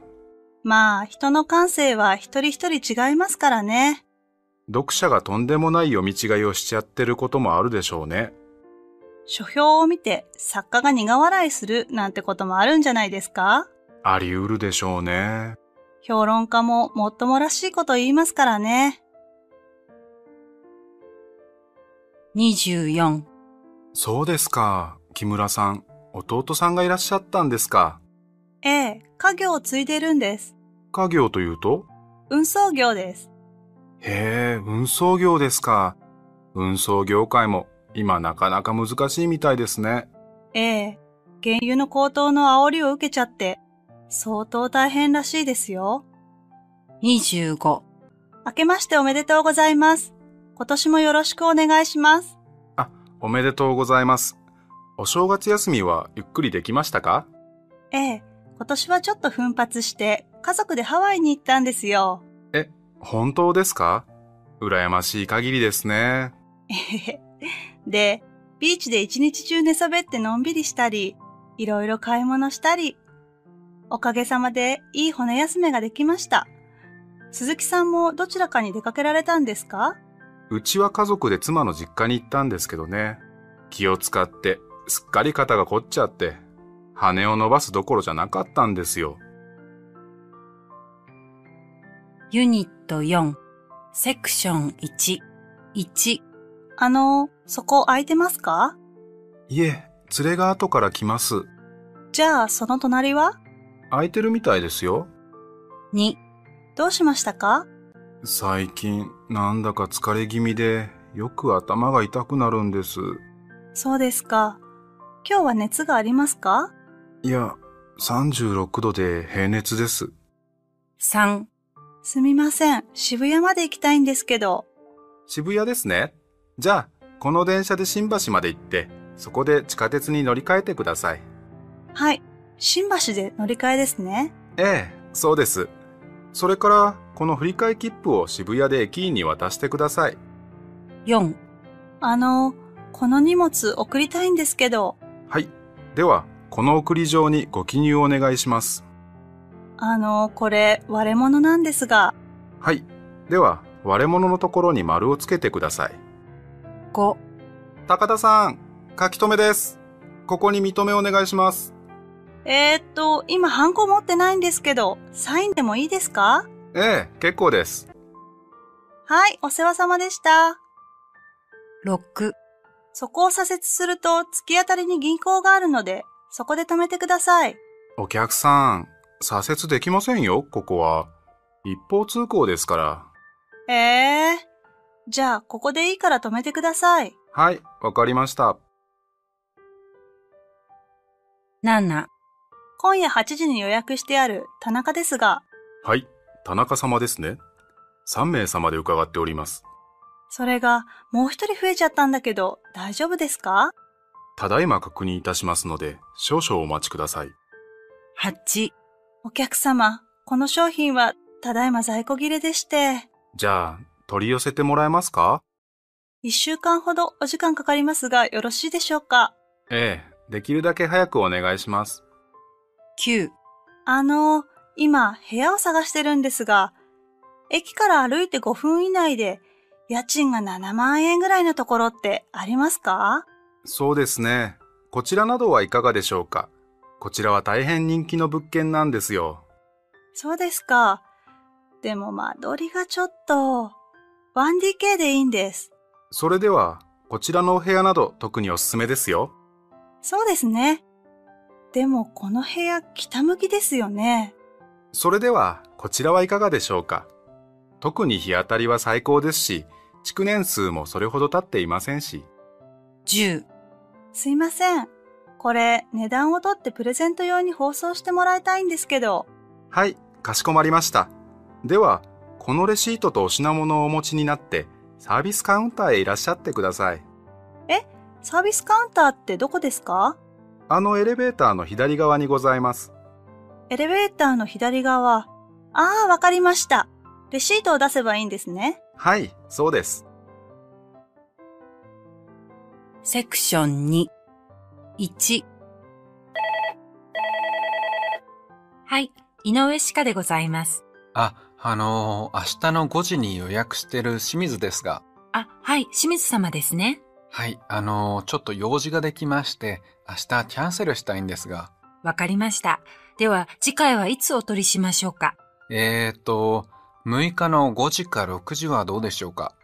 まあ、人の感性は一人一人違いますからね。
読者がとんでもない読み違いをしちゃってることもあるでしょうね。
書評を見て作家が苦笑いするなんてこともあるんじゃないですか
あり得るでしょうね。
評論家ももっともらしいこと言いますからね。
24、
そうですか。木村さん、弟さんがいらっしゃったんですか。
ええ、家業を継いでるんです。
家業というと
運送業です。
へえ、運送業ですか。運送業界も今なかなか難しいみたいですね。
ええ、原油の高騰の煽りを受けちゃって、相当大変らしいですよ。
25、
明けましておめでとうございます。今年もよろしくお願いします。
おめでとうございます。お正月休みはゆっくりできましたか
ええ、今年はちょっと奮発して、家族でハワイに行ったんですよ。
本当ですか羨ましい限りですね。
えへへで、ビーチで一日中寝そべってのんびりしたり、いろいろ買い物したり、おかげさまでいい骨休めができました。鈴木さんもどちらかに出かけられたんですか
うちは家族で妻の実家に行ったんですけどね。気を使って、すっかり肩が凝っちゃって、羽を伸ばすどころじゃなかったんですよ。
ユニット4、セクション1、1、
あの、そこ空いてますか
いえ、連れが後から来ます。
じゃあその隣は
空いてるみたいですよ。
2、
どうしましたか
最近、なんだか疲れ気味で、よく頭が痛くなるんです。
そうですか。今日は熱がありますか
いや、36度で平熱です。
3、
すみません。渋谷まで行きたいんですけど。
渋谷ですね。じゃあ、この電車で新橋まで行って、そこで地下鉄に乗り換えてください。
はい。新橋で乗り換えですね。
ええ、そうです。それから、この振り替え切符を渋谷で駅員に渡してください。
4、
あの、この荷物送りたいんですけど。
はい。では、この送り状にご記入をお願いします。
あの、これ割れ物なんですが。
はい。では、割れ物のところに丸をつけてください。
5、
高田さん、書き留めです。ここに認めお願いします。
えー、っと、今ハンコ持ってないんですけど、サインでもいいですか
ええ、結構です。
はい、お世話様でした。
6、
そこを左折すると突き当たりに銀行があるので、そこで止めてください。
お客さん、左折できませんよ、ここは。一方通行ですから。
ええじゃあ、ここでいいから止めてください。
はい、わかりました。
7、
今夜8時に予約してある田中ですが、
はい、田中様ですね。3名様で伺っております。
それがもう一人増えちゃったんだけど、大丈夫ですか
ただいま確認いたしますので、少々お待ちください。
8、
お客様、この商品はただいま在庫切れでして、
じゃあ、取り寄せてもらえますか
1週間ほどお時間かかりますがよろしいでしょうか
ええ、できるだけ早くお願いします。
9、
あの、今部屋を探してるんですが、駅から歩いて5分以内で家賃が7万円ぐらいのところってありますか
そうですね。こちらなどはいかがでしょうかこちらは大変人気の物件なんですよ。
そうですか。でも間取りがちょっと、1DK でいいんです。
それでは、こちらのお部屋など特におすすめですよ。
そうですね。でもこの部屋北向きですよね。
それでは、こちらはいかがでしょうか特に日当たりは最高ですし、築年数もそれほど経っていませんし。
10、
すいません。これ値段を取ってプレゼント用に放送してもらいたいんですけど。
はい、かしこまりました。では、このレシートとお品物をお持ちになって、サービスカウンターへいらっしゃってください。
サービスカウンターってどこですか
あのエレベーターの左側にございます。
エレベーターの左側。ああ、わかりました。レシートを出せばいいんですね。
はい、そうです。
セクション2、1。はい、井上歯科でございます。
あ、あのー明日の5時に予約してる清水ですが、
あ、はい、清水様ですね。
はい、あのーちょっと用事ができまして、明日キャンセルしたいんですが、
わかりました。では、次回はいつお取りしましょうか
えーと、6日の5時か6時はどうでしょうか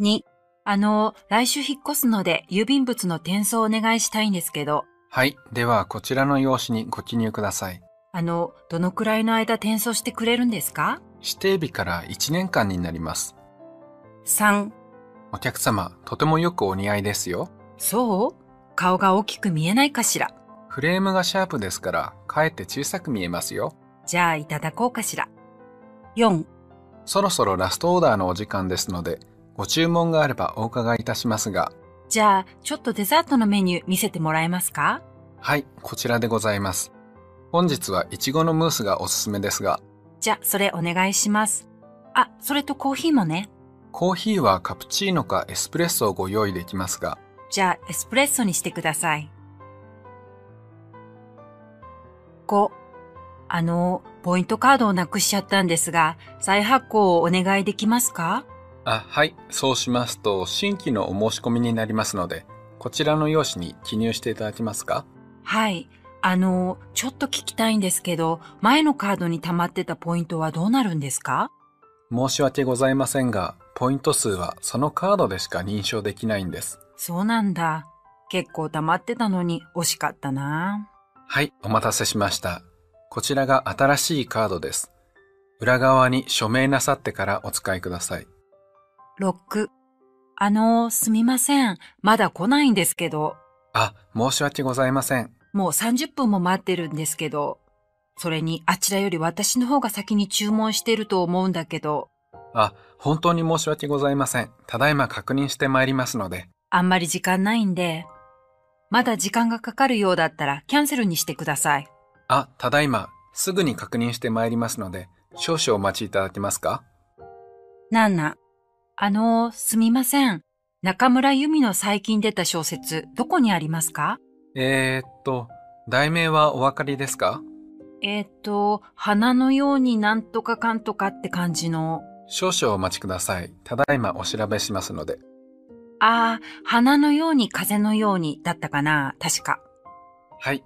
?2、あの、来週引っ越すので、郵便物の転送お願いしたいんですけど、
はい、ではこちらの用紙にご記入ください。
あの、どのくらいの間転送してくれるんですか
指定日から1年間になります。
?3、
お客様、とてもよくお似合いですよ。
そう顔が大きく見えないかしら
フレームがシャープですから、かえって小さく見えますよ。
じゃあいただこうかしら。4、
そろそろラストオーダーのお時間ですので、ご注文があればお伺いいたしますが、
じゃあちょっとデザートのメニュー見せてもらえますか
はい、こちらでございます。本日はイチゴのムースがおすすめですが、
じゃあそれお願いします。あ、それとコーヒーもね。
コーヒーはカプチーノかエスプレッソをご用意できますが、
じゃあエスプレッソにしてください。5、あの、ポイントカードをなくしちゃったんですが、再発行をお願いできますか
あ、はい、そうしますと新規のお申し込みになりますので、こちらの用紙に記入していただけますか
はい。あの、ちょっと聞きたいんですけど、前のカードに溜まってたポイントはどうなるんですか
申し訳ございませんが、ポイント数はそのカードでしか認証できないんです。
そうなんだ。結構溜まってたのに惜しかったな。
はい、お待たせしました。こちらが新しいカードです。裏側に署名なさってからお使いください。
6。あの、すみません。まだ来ないんですけど、
あ、申し訳ございません。
もう30分も待ってるんですけど、それにあちらより私の方が先に注文してると思うんだけど、
あ、本当に申し訳ございません。ただいま確認してまいりますので。
あんまり時間ないんで、まだ時間がかかるようだったらキャンセルにしてください。
あ、ただいま、すぐに確認してまいりますので、少々お待ちいただけますか
なんなん。あの、すみません。中村由美の最近出た小説、どこにありますか
えー、っと、題名はお分かりですか
えっ、と、花のようになんとかかんとかって感じの。
少々お待ちください。ただいまお調べしますので。
ああ、花のように風のようにだったかな、確か。
はい。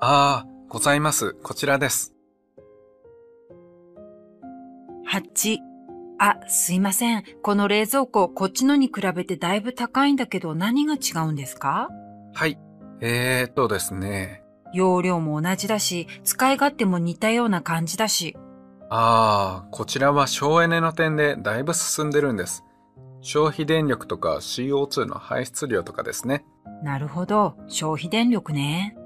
ああ、ございます。こちらです。
8。あ、すいません。この冷蔵庫、こっちのに比べてだいぶ高いんだけど何が違うんですか
はい。えー、っとですね。
容量も同じだし、使い勝手も似たような感じだし。
ああ、こちらは省エネの点でだいぶ進んでるんです。消費電力とか CO2 の排出量とかですね。
なるほど。消費電力ね。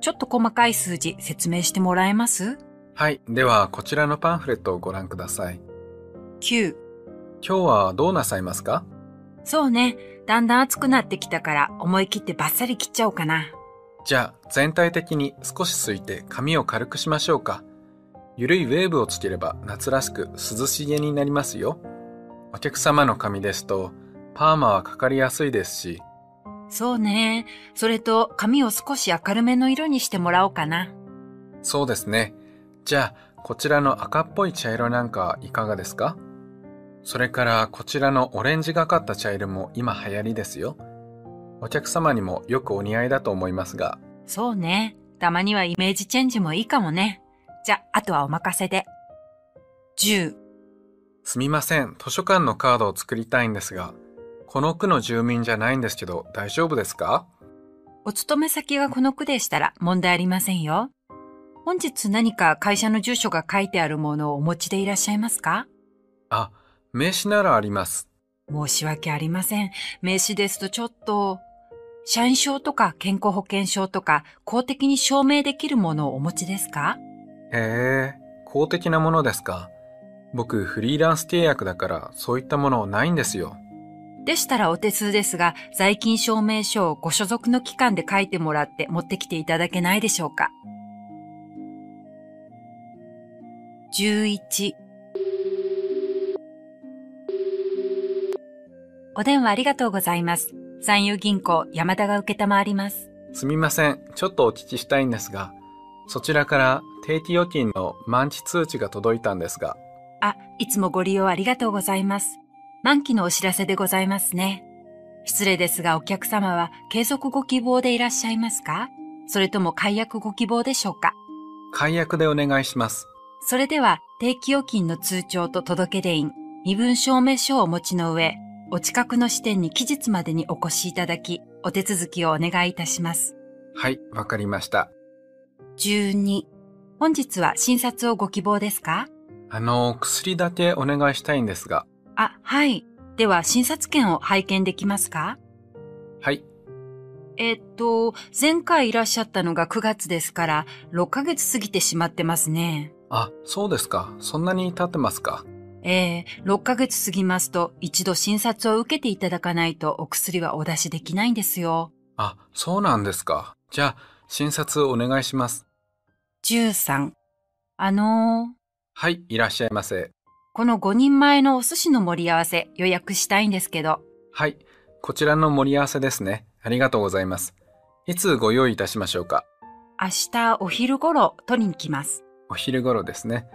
ちょっと細かい数字説明してもらえます
はい。では、こちらのパンフレットをご覧ください。
?9。
今日はどうなさいますか
そうね。だんだん暑くなってきたから思い切ってバッサリ切っちゃおうかな。
じゃあ、全体的に少しすいて髪を軽くしましょうか。ゆるいウェーブをつければ夏らしく涼しげになりますよ。お客様の髪ですと、パーマはかかりやすいですし、
そうね。それと髪を少し明るめの色にしてもらおうかな。
そうですね。じゃあ、こちらの赤っぽい茶色なんかいかがですかそれから、こちらのオレンジがかった茶色も今流行りですよ。お客様にもよくお似合いだと思いますが、
そうね。たまにはイメージチェンジもいいかもね。じゃ、あとはお任せで。10。
すみません、図書館のカードを作りたいんですが、この区の住民じゃないんですけど大丈夫ですか
お勤め先がこの区でしたら問題ありませんよ。本日何か会社の住所が書いてあるものをお持ちでいらっしゃいますか
あ、名刺ならあります。
申し訳ありません。名刺ですとちょっと、社員証とか健康保険証とか公的に証明できるものをお持ちですか
へえ、公的なものですか。僕、フリーランス契約だから、そういったものないんですよ。
でしたらお手数ですが、在勤証明書をご所属の機関で書いてもらって持ってきていただけないでしょうか。11お電話ありがとうございます。三友銀行山田が受けたまわります。
すみません、ちょっとお聞きしたいんですが、そちらから定期預金の満期通知が届いたんですが、
あ、いつもご利用ありがとうございます。満期のお知らせでございますね。失礼ですがお客様は継続ご希望でいらっしゃいますかそれとも解約ご希望でしょうか
解約でお願いします。
それでは定期預金の通帳と届出印、身分証明書をお持ちの上、お近くの支店に期日までにお越しいただき、お手続きをお願いいたします。
はい、わかりました。
12。本日は診察をご希望ですか
あの、薬だけお願いしたいんですが、
あ、はい。では診察券を拝見できますか
はい、
えっと、前回いらっしゃったのが9月ですから、6ヶ月過ぎてしまってますね。
あ、そうですか。そんなに経ってますか。
ええ6ヶ月過ぎますと、一度診察を受けていただかないとお薬はお出しできないんですよ。
あ、そうなんですか。じゃあ、診察お願いします。
13。あのー、
はい、いらっしゃいませ。
この5人前のお寿司の盛り合わせ予約したいんですけど。
はい、こちらの盛り合わせですね。ありがとうございます。いつご用意いたしましょうか。
明日お昼頃取りに来ます。
お昼頃ですね。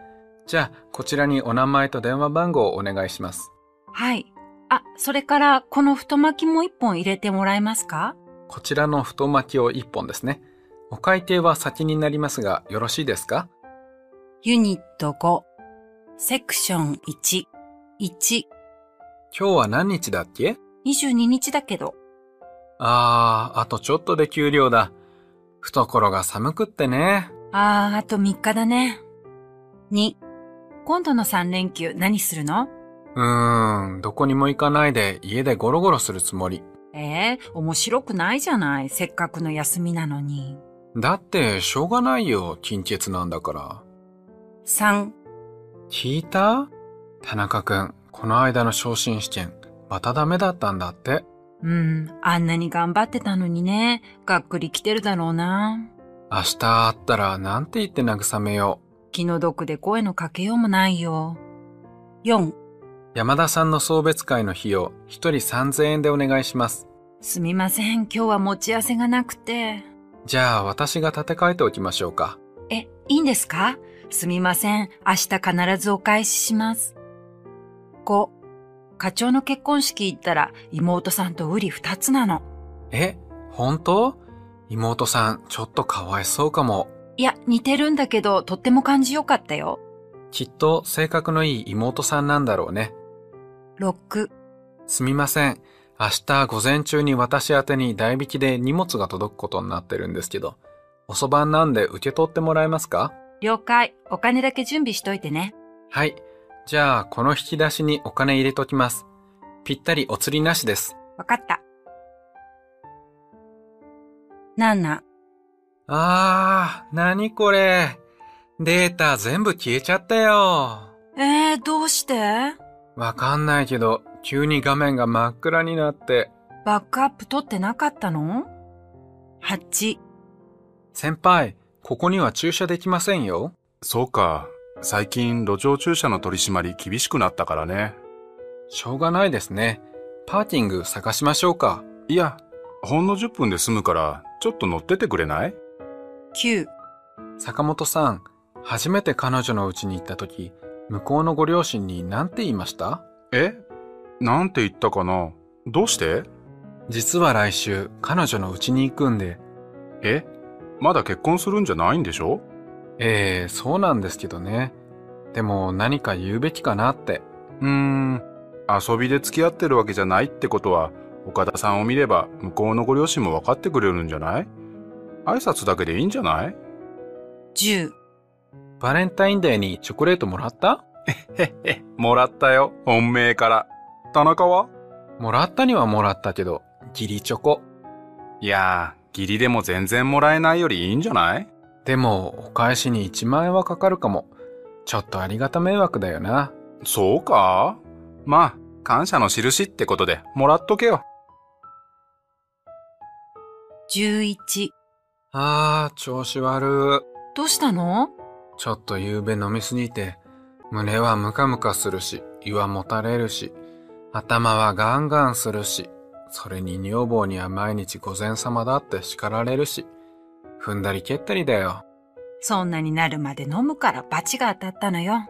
じゃあ、こちらにお名前と電話番号をお願いします。
はい。あ、それからこの太巻きも1本入れてもらえますか
こちらの太巻きを1本ですね。お会計は先になりますが、よろしいですか
ユニット5。セクション1。1。
今日は何日だっけ
22日だけど。
あー、あとちょっとで給料だ。懐が寒くってね。
あー、あと3日だね。2。今度の3連休何するの
うーん、どこにも行かないで家でゴロゴロするつもり。
えー、面白くないじゃない。せっかくの休みなのに。
だって、しょうがないよ、金欠なんだから。
3。
聞いた田中くん、この間の昇進試験、またダメだったんだって。
うん、あんなに頑張ってたのにね。がっくり来てるだろうな。
明日会ったらなんて言って慰めよ
気の毒で声のかけようもないよ。4。
う。山田さんの送別会の費用、一人3000円でお願いします。
すみません。今日は持ち合わせがなくて。
じゃあ、私が立て替えておきましょうか。
え、いいんですかすみません。明日必ずお返しします。5。課長の結婚式行ったら妹さんとウリ二つなの。
え、本当妹さん、ちょっとかわいそうかも。
いや、似てるんだけど、とっても感じよかったよ。
きっと性格のいい妹さんなんだろうね。
6。
すみません。明日午前中に私宛てに代引きで荷物が届くことになってるんですけど、遅番なんで受け取ってもらえますか
了解。お金だけ準備しといてね。
はい。じゃあ、この引き出しにお金入れときます。ぴったりお釣りなしです。
わかった。7。
あー、なにこれ。データ全部消えちゃったよ。
えー、どうして
わかんないけど、急に画面が真っ暗になって。
バックアップ取ってなかったの ?8。
先輩、ここには駐車できませんよ。
そうか。最近路上駐車の取り締まり厳しくなったからね。
しょうがないですね。パーキング探しましょうか。
いや、ほんの10分で済むから、ちょっと乗っててくれない
9。
坂本さん、初めて彼女の家に行った時、向こうのご両親に何て言いました
えなんて言ったかなどうして
実は来週、彼女の家に行くんで。
えまだ結婚するんじゃないんでしょ
ええそうなんですけどね。でも何か言うべきかなって。
うーん、遊びで付き合ってるわけじゃないってことは、岡田さんを見れば向こうのご両親も分かってくれるんじゃない挨拶だけでいいんじゃない
10。
バレンタインデーにチョコレートもらった
へへ、もらったよ。本命から。田中は
もらったにはもらったけど、ギリチョコ。
いやー、義理でも全然もらえないよりいいんじゃない
でも、お返しに1万円はかかるかも。ちょっとありがた迷惑だよな。
そうかまあ、感謝の印ってことで、もらっとけよ。
11。
あー、調子悪い。
どうしたの
ちょっと夕べ飲みすぎて、胸はムカムカするし、胃はもたれるし、頭はガンガンするし、それに女房には毎日午前様だって叱られるし、踏んだり蹴ったりだよ。
そんなになるまで飲むからバチが当たったのよ。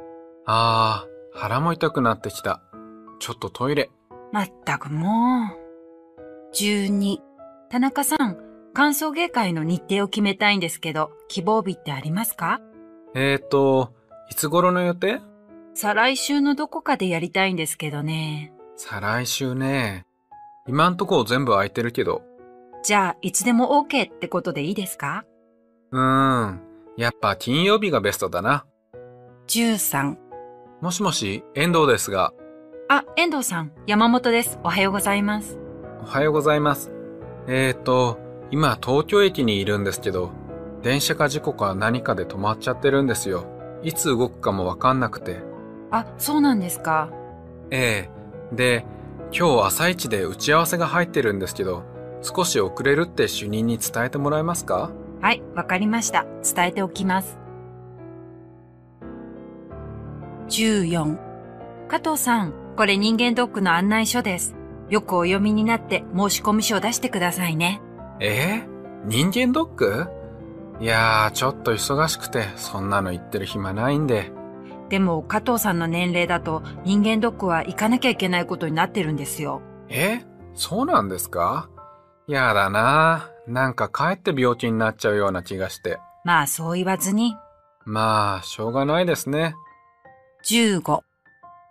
あー、腹も痛くなってきた。ちょっとトイレ。
まったくもう。12。田中さん、歓送迎会の日程を決めたいんですけど、希望日ってありますか
えーと、いつ頃の予定
再来週のどこかでやりたいんですけどね。
再来週ね。今んとこ全部空いてるけど。
じゃあ、いつでも OK ってことでいいですか
うーん。やっぱ金曜日がベストだな。
?13。
もしもし、遠藤ですが。
あ、遠藤さん、山本です。おはようございます。
おはようございます。えーと、今東京駅にいるんですけど、電車か事故か何かで止まっちゃってるんですよ。いつ動くかもわかんなくて。
あ、そうなんですか。
ええ。で、今日朝一で打ち合わせが入ってるんですけど、少し遅れるって主任に伝えてもらえますか
はい、わかりました。伝えておきます。14加藤さん、これ人間ドックの案内書です。よくお読みになって申し込み書を出してくださいね。
ええ人間ドックいやー、ちょっと忙しくて、そんなの言ってる暇ないんで。
でも加藤さんの年齢だと人間ドックは行かなきゃいけないことになってるんですよ。
えそうなんですかやだなー。なんか帰って病気になっちゃうような気がして。
まあそう言わずに。
まあ、しょうがないですね。
15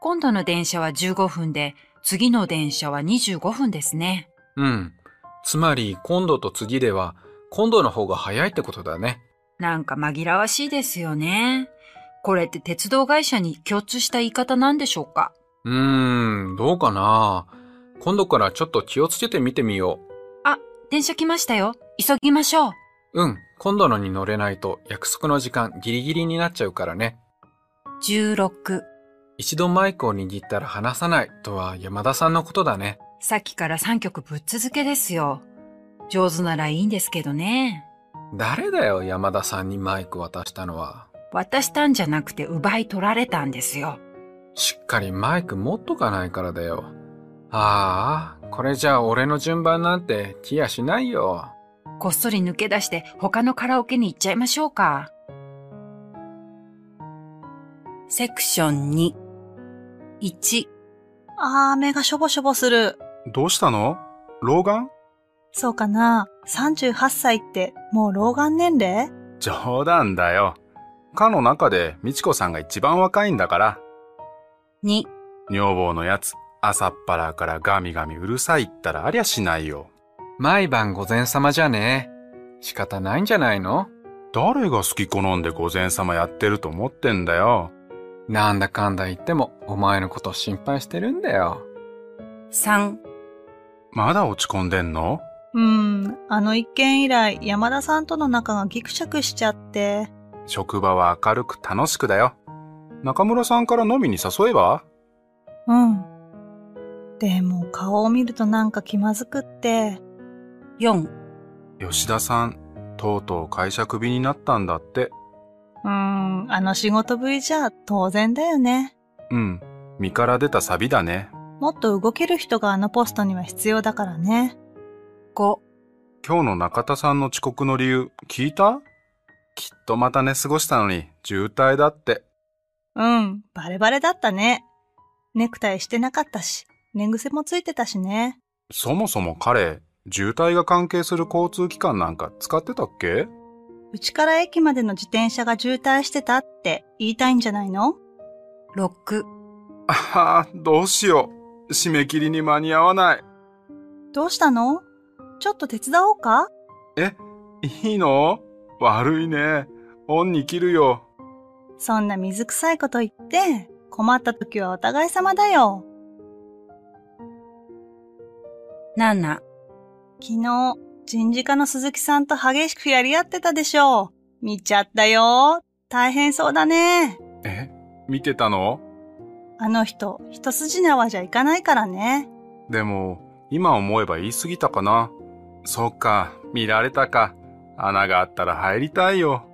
今度の電車は15分で、次の電車は25分ですね。
うん。つまり、今度と次では、今度の方が早いってことだね。
なんか紛らわしいですよね。これって鉄道会社に共通した言い方なんでしょうか
うーん、どうかな今度からちょっと気をつけてみてみよ
電車来ましたよ。急ぎましょう。
う。うん、今度のに乗れないと約束の時間ギリギリになっちゃうからね。
16
一度マイクを握ったら離さないとは山田さんのことだね。
さっきから3曲ぶっ続けですよ。上手ならいいんですけどね。
誰だよ、山田さんにマイク渡したのは。
渡したんじゃなくて奪い取られたんですよ。
しっかりマイク持っとかないからだよ。ああ、これじゃあ俺の順番なんて来やしないよ。
こっそり抜け出して他のカラオケに行っちゃいましょうか。セクション2 1
あー、目がしょぼしょぼする。
どうしたの老眼
そうかな ?38 歳ってもう老眼年齢
冗談だよ。かの中で美智子さんが一番若いんだから。
2
女房のやつ、朝っぱらからガミガミうるさいったらありゃしないよ。
毎晩午前様じゃね仕方ないんじゃないの
誰が好き好んで午前様やってると思ってんだよ。
なんだかんだ言ってもお前のこと心配してるんだよ。
3
まだ落ち込んでんの
うーん、あの一件以来山田さんとの仲がギクシャクしちゃって。
職場は明るく楽しくだよ。中村さんから飲みに誘えば
うん。でも顔を見るとなんか気まずくって。
4
吉田さん、とうとう会社クビになったんだって。
うーん、あの仕事ぶりじゃ当然だよね。
うん。身から出たサビだね。
もっと動ける人があのポストには必要だからね。
5
今日の中田さんの遅刻の理由、聞いたきっとまた寝過ごしたのに、渋滞だって。
うん、バレバレだったね。ネクタイしてなかったし、寝癖もついてたしね。
そもそも彼、渋滞が関係する交通機関なんか使ってたっけ
うちから駅までの自転車が渋滞してたって言いたいんじゃないの
6
ああ、どうしよう。締め切りに間に合わない。
どうしたのちょっと手伝おうか
いいの悪いね。オンに切るよ。
そんな水臭いこと言って、困った時はお互い様だよ。
7
昨日、人事課の鈴木さんと激しくやり合ってたでしょう。見ちゃったよ。大変そうだね。
え、見てたの
あの人、一筋縄じゃいかないからね。
でも、今思えば言い過ぎたかな。そっか、見られたか。穴があったら入りたいよ。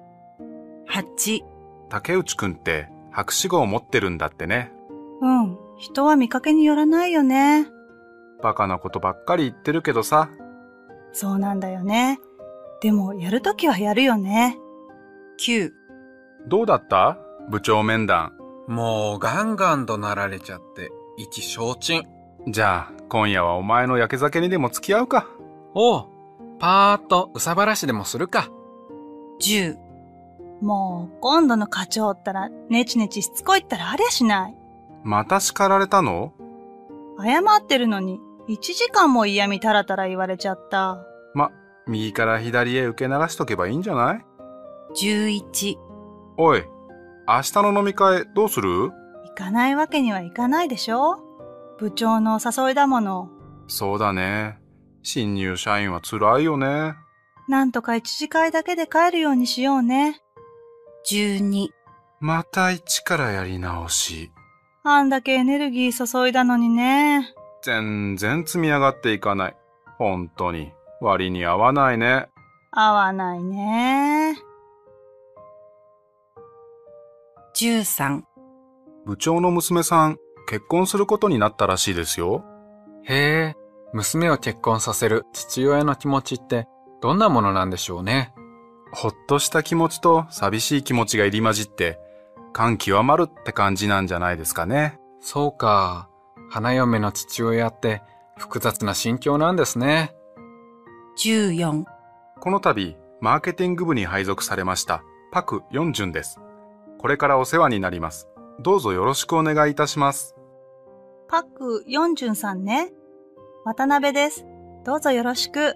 8
竹内くんって博士号を持ってるんだってね。
うん。人は見かけによらないよね。
バカなことばっかり言ってるけどさ。
そうなんだよね。でも、やるときはやるよね。
9
どうだった部長面談。
もうガンガンとなられちゃって、意気消沈。
じゃあ、今夜はお前の焼け酒にでも付き合うか。
おう、パーっとうさばらしでもするか。
10
もう、今度の課長ったら、ネチネチしつこいったらありゃしない。
また叱られたの
謝ってるのに、1時間も嫌味たらたら言われちゃった。
右から左へ受け流しとけばいいんじゃない
11
おい、明日の飲み会どうする
行かないわけにはいかないでしょ部長のお誘いだもの。
そうだね。新入社員は辛いよね。
なんとか一次会だけで帰るようにしようね。
12、
また一からやり直し。
あんだけエネルギー注いだのにね。
全然積み上がっていかない。本当に。割に合わないね。
合わないね。
13、
部長の娘さん、結婚することになったらしいですよ。
へえ、娘を結婚させる父親の気持ちってどんなものなんでしょうね。
ほっとした気持ちと寂しい気持ちが入り混じって、感極まるって感じなんじゃないですかね。
そうか。花嫁の父親って複雑な心境なんですね。
14、
この度、マーケティング部に配属されました、パク・ヨンジュンです。これからお世話になります。どうぞよろしくお願いいたします。
パク・ヨンジュンさんね。渡辺です。どうぞよろしく。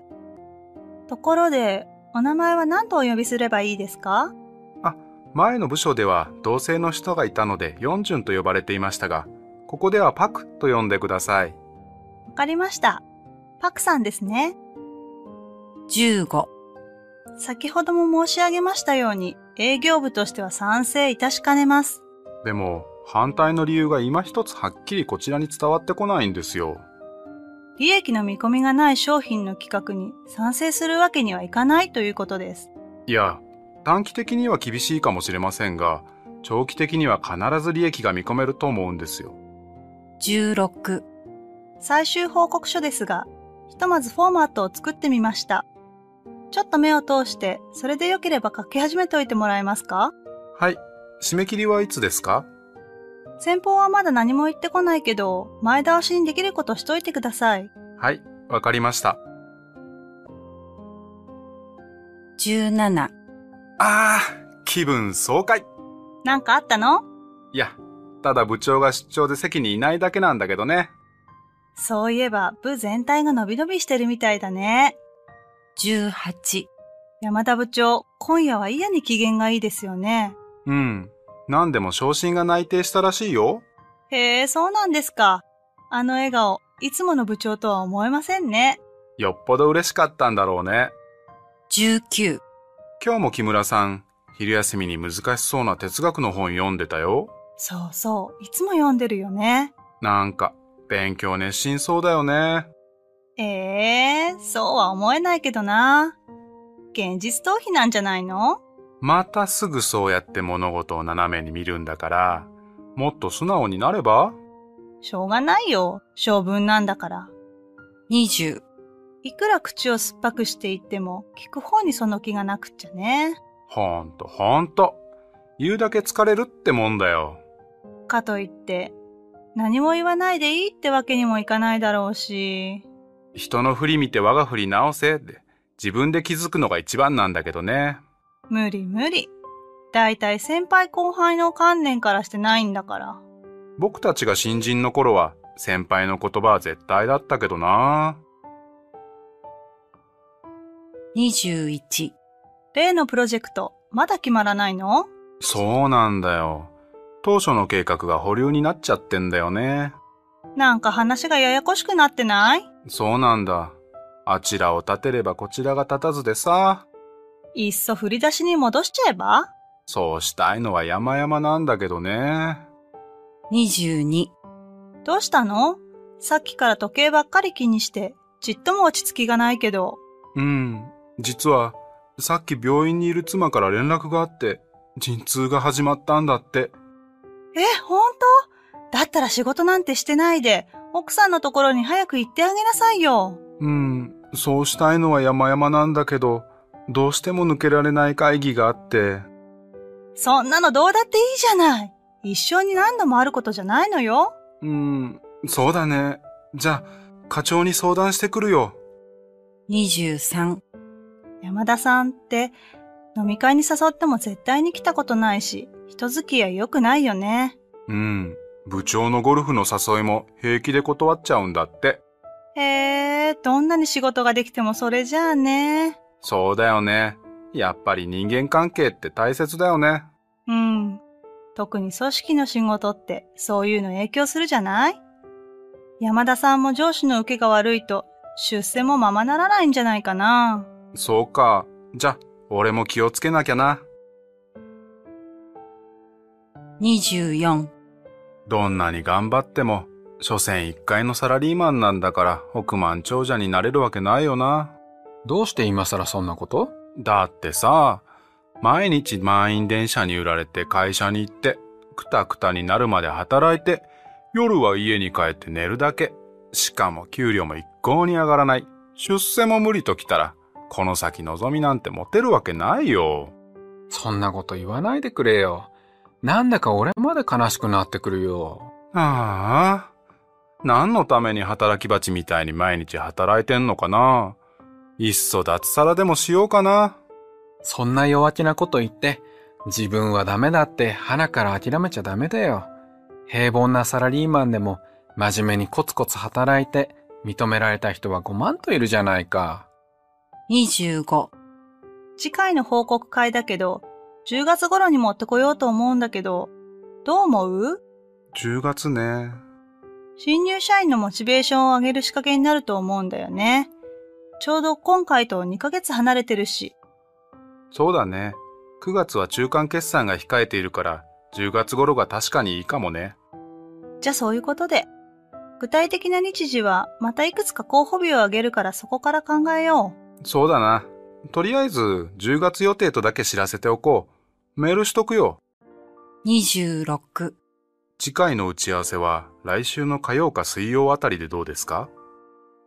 ところで、お名前は何とお呼びすればいいですか
前の部署では同性の人がいたのでヨンジュンと呼ばれていましたが、ここではパクと呼んでください。
わかりました。パクさんですね。
15、
先ほども申し上げましたように、営業部としては賛成いたしかねます。
でも、反対の理由が今一つはっきりこちらに伝わってこないんですよ。
利益の見込みがない商品の企画に賛成するわけにはいかないということです。
いや、短期的には厳しいかもしれませんが、長期的には必ず利益が見込めると思うんですよ。
16、
最終報告書ですが、ひとまずフォーマットを作ってみました。ちょっと目を通して、それでよければ書き始めておいてもらえますか
はい。締め切りはいつですか
先方はまだ何も言ってこないけど、前倒しにできることしといてください。
はい、わかりました。
17、
あー、気分爽快
なんかあったの
いや、ただ部長が出張で席にいないだけなんだけどね。
そういえば、部全体が伸び伸びしてるみたいだね。
18、
山田部長、今夜は嫌に機嫌がいいですよね。
うん。なんでも昇進が内定したらしいよ。
へえ、そうなんですか。あの笑顔、いつもの部長とは思えませんね。
よっぽど嬉しかったんだろうね。
19、
今日も木村さん、昼休みに難しそうな哲学の本読んでたよ。
そうそう、いつも読んでるよね。
なんか、勉強熱心そうだよね。
ええ、そうは思えないけどな。現実逃避なんじゃないの
またすぐそうやって物事を斜めに見るんだから、もっと素直になれば
しょうがないよ。性分なんだから。
20、
いくら口を酸っぱくしていっても、聞く方にその気がなくっちゃね。
ほんとほんと。言うだけ疲れるってもんだよ。
かといって、何も言わないでいいってわけにもいかないだろうし。
人の振り見て我が振り直せって、自分で気づくのが一番なんだけどね。
無理無理。だいたい先輩後輩の観念からしてないんだから。
僕たちが新人の頃は、先輩の言葉は絶対だったけどな。
21、
例のプロジェクト、まだ決まらないの
そうなんだよ。当初の計画が保留になっちゃってんだよね。
なんか話がややこしくなってない
そうなんだ。あちらを立てればこちらが立たずでさ。
いっそ振り出しに戻しちゃえば
そうしたいのは山々なんだけどね。
22、
どうしたのさっきから時計ばっかり気にして、ちっとも落ち着きがないけど。
うん。実は、さっき病院にいる妻から連絡があって、陣痛が始まったんだって。
え、本当だったら仕事なんてしてないで、奥さんのところに早く行ってあげなさいよ。
うん。そうしたいのは山々なんだけど、どうしても抜けられない会議があって。
そんなのどうだっていいじゃない。一生に何度もあることじゃないのよ。
うん。そうだね。じゃあ、課長に相談してくるよ。
23、
山田さんって、飲み会に誘っても絶対に来たことないし、人付き合い良くないよね。
うん。部長のゴルフの誘いも平気で断っちゃうんだって。
へえ、どんなに仕事ができてもそれじゃあね。
そうだよね。やっぱり人間関係って大切だよね。
うん。特に組織の仕事ってそういうの影響するじゃない山田さんも上司の受けが悪いと出世もままならないんじゃないかな。
そうか。じゃ、俺も気をつけなきゃな。
24
どんなに頑張っても、所詮一回のサラリーマンなんだから億万長者になれるわけないよな。
どうして今更そんなこと
だってさ、毎日満員電車に揺られて会社に行って、くたくたになるまで働いて、夜は家に帰って寝るだけ。しかも給料も一向に上がらない。出世も無理ときたら、この先望みなんて持てるわけないよ。
そんなこと言わないでくれよ。なんだか俺まで悲しくなってくるよ。
ああ、何のために働き蜂みたいに毎日働いてんのかないっそ脱サラでもしようかな。
そんな弱気なこと言って、自分はダメだって花から諦めちゃダメだよ。平凡なサラリーマンでも真面目にコツコツ働いて認められた人は5万といるじゃないか。
25
次回の報告会だけど、10月頃に持ってこようと思うんだけど、どう思う
10月ね。
新入社員のモチベーションを上げる仕掛けになると思うんだよね。ちょうど今回と2ヶ月離れてるし。
そうだね。9月は中間決算が控えているから、10月頃が確かにいいかもね。
じゃあそういうことで。具体的な日時はまたいくつか候補日を挙げるからそこから考えよう。
そうだな。とりあえず、10月予定とだけ知らせておこう。メールしとくよ。
26
次回の打ち合わせは、来週の火曜か水曜あたりでどうですか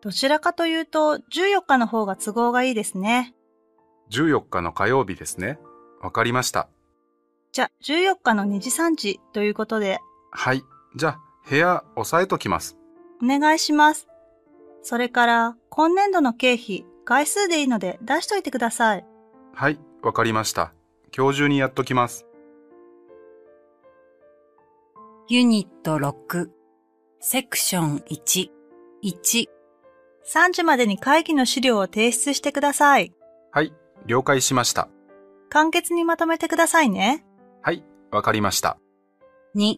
どちらかというと14日の方が都合がいいですね。
?14 日の火曜日ですね。わかりました。
じゃあ14日の2時3時ということで
はい。じゃあ、部屋押さえときます。
お願いします。それから今年度の経費、概数でいいので出しといてください。
はい、わかりました。今日中にやっときます。
ユニット6セクション1 1
3時までに会議の資料を提出してください。
はい、了解しました。
簡潔にまとめてくださいね。
はい、わかりました。
2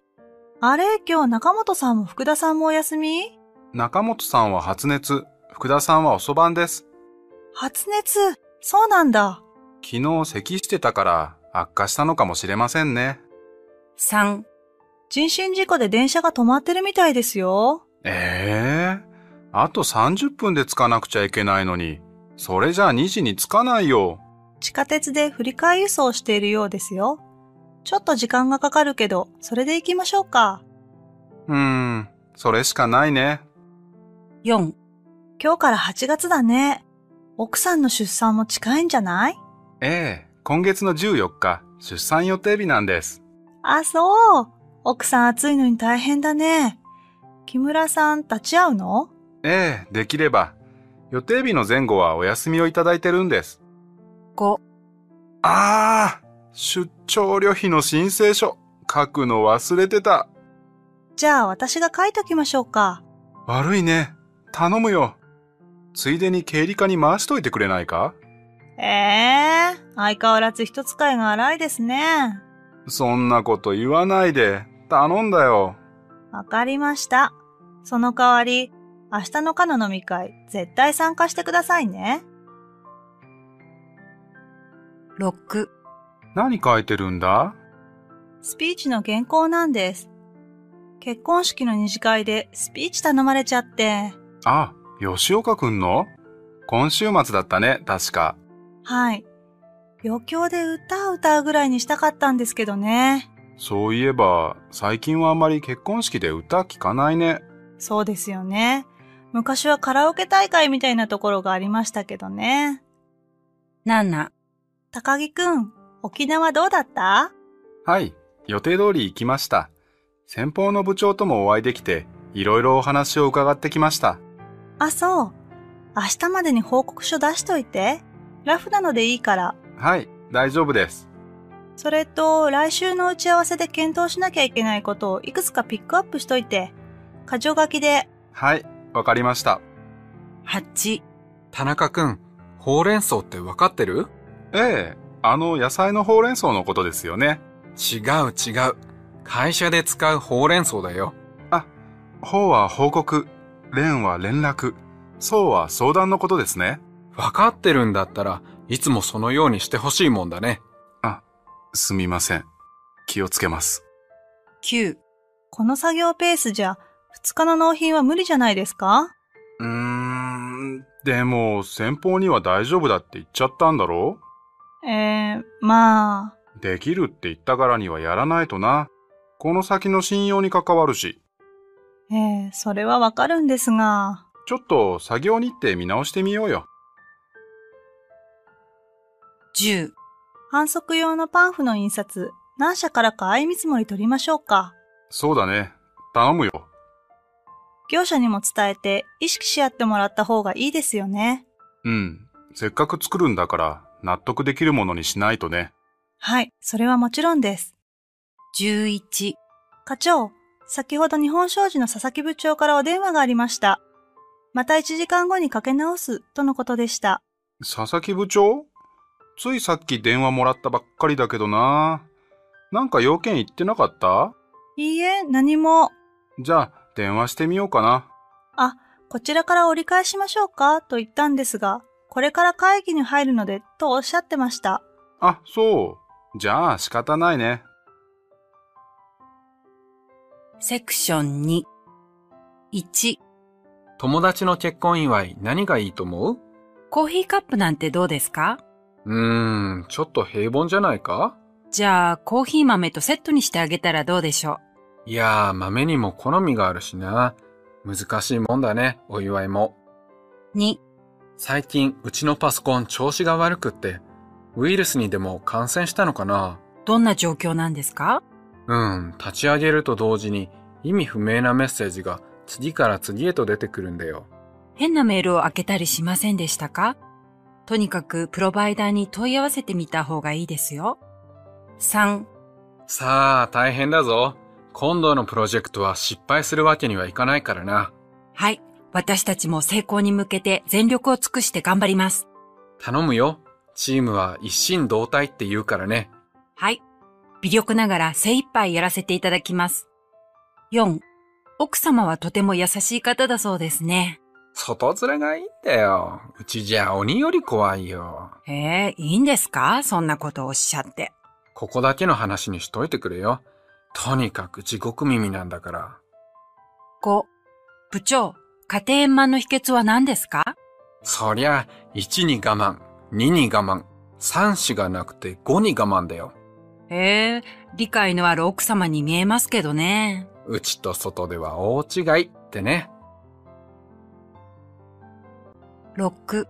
あれ今日中本さんも福田さんもお休み
中本さんは発熱、福田さんは遅番です。
発熱そうなんだ。
昨日咳してたから悪化したのかもしれませんね。
3
人身事故で電車が止まってるみたいですよ。
ええあと30分で着かなくちゃいけないのに、それじゃあ2時に着かないよ。
地下鉄で振り替え輸送しているようですよ。ちょっと時間がかかるけど、それで行きましょうか。
うーん、それしかないね。
4
今日から8月だね。奥さんの出産も近いんじゃない
ええ今月の14日、出産予定日なんです。
あ、そう。奥さん暑いのに大変だね。木村さん立ち会うの
ええできれば。予定日の前後はお休みをいただいてるんです。
5
ああ出張旅費の申請書、書くの忘れてた。
じゃあ私が書いときましょうか。
悪いね。頼むよ。ついでに経理課に回しといてくれないか
ええ相変わらず人使いが荒いですね。
そんなこと言わないで。頼んだよ。
わかりました。その代わり、明日の課の飲み会、絶対参加してくださいね。
6
何書いてるんだ
スピーチの原稿なんです。結婚式の二次会でスピーチ頼まれちゃって。
あ、吉岡くんの今週末だったね、確か。
はい。余興で歌を歌うぐらいにしたかったんですけどね。
そういえば、最近はあんまり結婚式で歌聞かないね。
そうですよね。昔はカラオケ大会みたいなところがありましたけどね。
7
高木くん、沖縄どうだった
はい、予定通り行きました。先方の部長ともお会いできて、いろいろお話を伺ってきました。
あ、そう。明日までに報告書出しといて。ラフなのでいいから。
はい、大丈夫です。
それと、来週の打ち合わせで検討しなきゃいけないことをいくつかピックアップしといて。箇条書きで。
はい、わかりました。
8
田中くん、ほうれん草ってわかってる
ええ、あの野菜のほうれん草のことですよね。
違う違う。会社で使うほうれん草だよ。
ほうは報告、れんは連絡、そうは相談のことですね。
わかってるんだったらいつもそのようにしてほしいもんだね。
すみません。気をつけます。
9、
この作業ペースじゃ、2日の納品は無理じゃないですか
うーん、でも先方には大丈夫だって言っちゃったんだろ
えー、まあ、
できるって言ったからにはやらないとな。この先の信用に関わるし、
えー、それはわかるんですが、
ちょっと作業日程見直してみようよ。
10、
反則用のパンフの印刷、何社からか相見積もり取りましょうか。
そうだね。頼むよ。
業者にも伝えて意識し合ってもらった方がいいですよね。
うん。せっかく作るんだから、納得できるものにしないとね。
はい、それはもちろんです。
11、
課長、先ほど日本商事の佐々木部長からお電話がありました。また1時間後にかけ直すとのことでした。
佐々木部長ついさっき電話もらったばっかりだけどな。なんか要件言ってなかった
いいえ、何も。
じゃあ、電話してみようかな。
こちらから折り返しましょうかと言ったんですが、これから会議に入るので、とおっしゃってました。
あ、そう。じゃあ、仕方ないね。
セクション2、1、
友達の結婚祝い何がいいと思う
コーヒーカップなんてどうですか
うーん、ちょっと平凡じゃないか
じゃあ、コーヒー豆とセットにしてあげたらどうでしょう
いやー、豆にも好みがあるしな。難しいもんだね、お祝いも。
2、
最近、うちのパソコン調子が悪くって、ウイルスにでも感染したのかな
どんな状況なんですか
うん、立ち上げると同時に意味不明なメッセージが次から次へと出てくるんだよ。
変なメールを開けたりしませんでしたかとにかくプロバイダーに問い合わせてみた方がいいですよ。3、
さあ、大変だぞ。今度のプロジェクトは失敗するわけにはいかないからな。
はい。私たちも成功に向けて全力を尽くして頑張ります。
頼むよ。チームは一心同体って言うからね。
はい。微力ながら精一杯やらせていただきます。4、奥様はとても優しい方だそうですね。
外面がいいんだよ。うちじゃ鬼より怖いよ。
へえ、いいんですかそんなことをおっしゃって。
ここだけの話にしといてくれよ。とにかく地獄耳なんだから。
5、部長、家庭円満の秘訣は何ですか
そりゃ、1に我慢、2に我慢、3しがなくて5に我慢だよ。
へえ、理解のある奥様に見えますけどね。
うちと外では大違いってね。
6、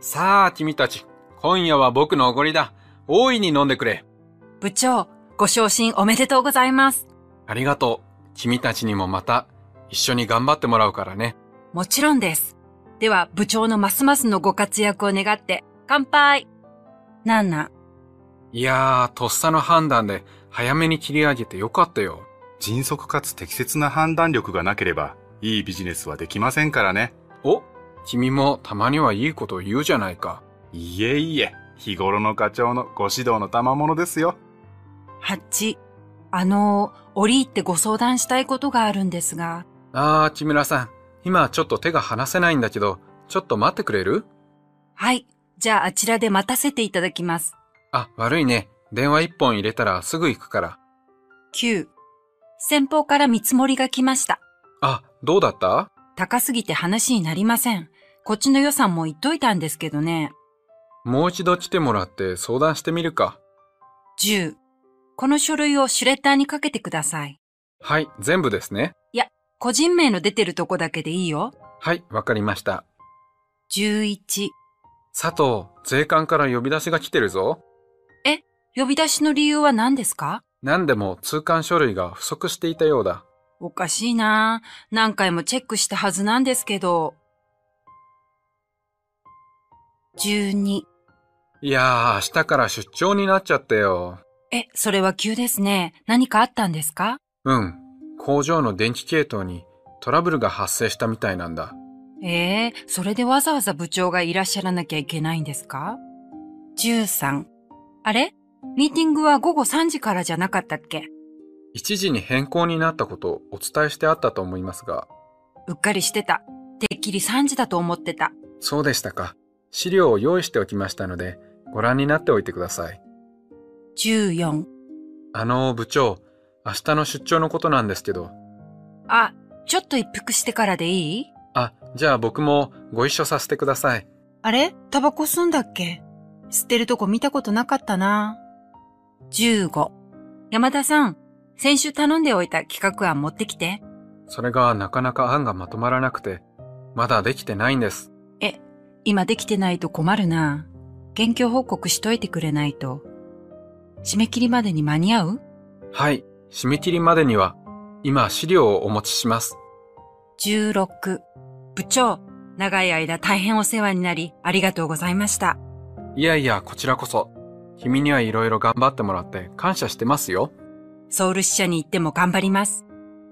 さあ、君たち、今夜は僕のおごりだ。大いに飲んでくれ。
部長、ご昇進おめでとうございます。
ありがとう。君たちにもまた、一緒に頑張ってもらうからね。
もちろんです。では、部長のますますのご活躍を願って、乾杯 !7、
いやー、とっさの判断で、早めに切り上げてよかったよ。
迅速かつ適切な判断力がなければ、いいビジネスはできませんからね。
お君もたまにはいいことを言うじゃないか。
いえいえ、日頃の課長のご指導の賜物ですよ。
8、あのー、折り入ってご相談したいことがあるんですが、
あー、木村さん。今ちょっと手が離せないんだけど、ちょっと待ってくれる
はい、じゃああちらで待たせていただきます。
あ、悪いね。電話一本入れたらすぐ行くから。
9、先方から見積もりが来ました。
あ、どうだった
高すぎて話になりません。こっちの予算も言っといたんですけどね。
もう一度来てもらって相談してみるか。
10、この書類をシュレッダーにかけてください。
はい、全部ですね。
個人名の出てるとこだけでいいよ。
はい、わかりました。
11、
佐藤、税関から呼び出しが来てるぞ。
呼び出しの理由は何ですか
何でも通関書類が不足していたようだ。
おかしいなぁ。何回もチェックしたはずなんですけど。12。
いやー、明日から出張になっちゃったよ。
え、それは急ですね。何かあったんですか
うん。工場の電気系統にトラブルが発生したみたいなんだ。
ええそれでわざわざ部長がいらっしゃらなきゃいけないんですか ?13。あれミーティングは午後3時からじゃなかったっけ
一時に変更になったことをお伝えしてあったと思いますが、
うっかりしてた。てっきり3時だと思ってた。
そうでしたか。資料を用意しておきましたので、ご覧になっておいてください。
14。
あの、部長、明日の出張のことなんですけど。
あ、ちょっと一服してからでいい
あ、じゃあ僕もご一緒させてください。
あれタバコ吸うんだっけ吸ってるとこ見たことなかったな。15。山田さん、先週頼んでおいた企画案持ってきて。
それがなかなか案がまとまらなくて、まだできてないんです。
え、今できてないと困るな。現況報告しといてくれないと。締め切りまでに間に合う
はい、締め切りまでには、今資料をお持ちします。
?16。部長、長い間大変お世話になり、ありがとうございました。
いやいや、こちらこそ。君にはいろいろ頑張ってもらって感謝してますよ。
ソウル支社に行っても頑張ります。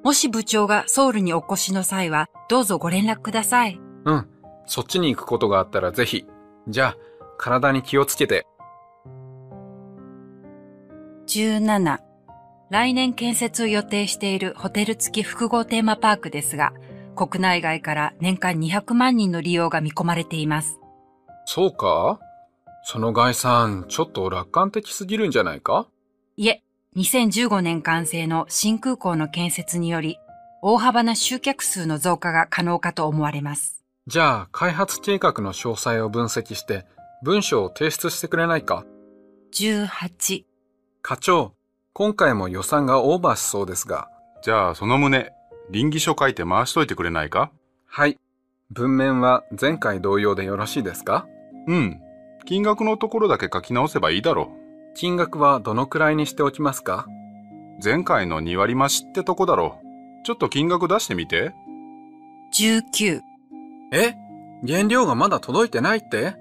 もし部長がソウルにお越しの際は、どうぞご連絡ください。
うん、そっちに行くことがあったらぜひ。じゃあ、体に気をつけて。
17来年建設を予定しているホテル付き複合テーマパークですが、国内外から年間200万人の利用が見込まれています。
そうかその概算、ちょっと楽観的すぎるんじゃないか
いえ、2015年完成の新空港の建設により、大幅な集客数の増加が可能かと思われます。
じゃあ、開発計画の詳細を分析して、文章を提出してくれないか
18
課長、今回も予算がオーバーしそうですが。
じゃあその旨、臨議書書いて回しといてくれないか
はい。文面は前回同様でよろしいですか
うん。金額のところだけ書き直せばいいだろ
金額はどのくらいにしておきますか
う。前回の2割増しってとこだろう。ちょっと金額出してみて。
19
え原料がまだ届いてないって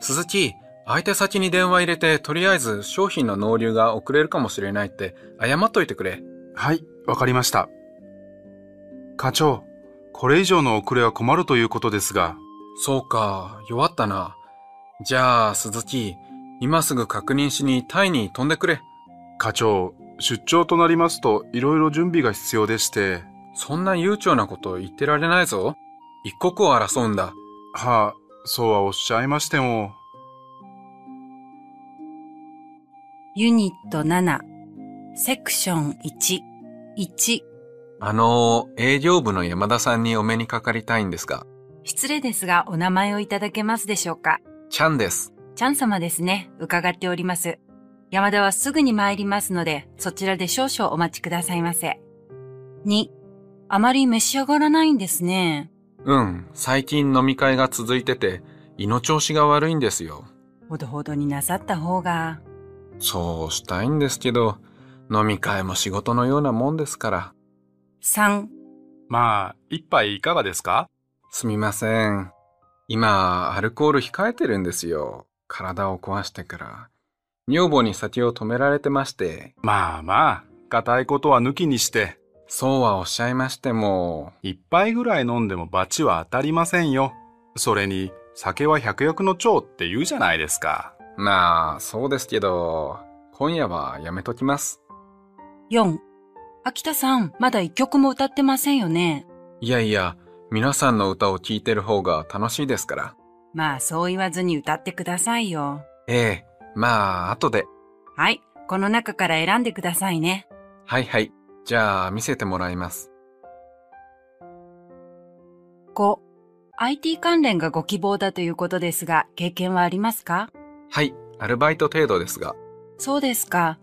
鈴木、相手先に電話入れて、とりあえず商品の納流が遅れるかもしれないって謝っといてくれ。
はい、わかりました。課長、これ以上の遅れは困るということですが、
そうか、弱ったな。じゃあ、鈴木、今すぐ確認しにタイに飛んでくれ。
課長、出張となりますといろいろ準備が必要でして、
そんな悠長なこと言ってられないぞ。一刻を争うんだ。
はあ、そうはおっしゃいましても。
ユニット7セクション1 1
あのー、営業部の山田さんにお目にかかりたいんですが、
失礼ですがお名前をいただけますでしょうか
チャンです。
チャン様ですね。伺っております。山田はすぐに参りますので、そちらで少々お待ちくださいませ。2、あまり召し上がらないんですね。
うん、最近飲み会が続いてて、胃の調子が悪いんですよ。
ほどほどになさった方が。
そうしたいんですけど、飲み会も仕事のようなもんですから。
3、
まあ、一杯いかがですか
すみません。今、アルコール控えてるんですよ。体を壊してから。女房に酒を止められてまして、
まあまあ、硬いことは抜きにして、
そうはおっしゃいましても、
一杯ぐらい飲んでも罰は当たりませんよ。それに、酒は百薬の長って言うじゃないですか。
まあ、そうですけど、今夜はやめときます。
4。秋田さん、まだ一曲も歌ってませんよね。
いやいや、皆さんの歌を聴いてる方が楽しいですから。
まあ、そう言わずに歌ってくださいよ。
ええ、まあ、後で。
はい、この中から選んでくださいね。
はいはい。じゃあ、見せてもらいます。
5、IT 関連がご希望だということですが、経験はありますか
はい、アルバイト程度ですが。
そうですか。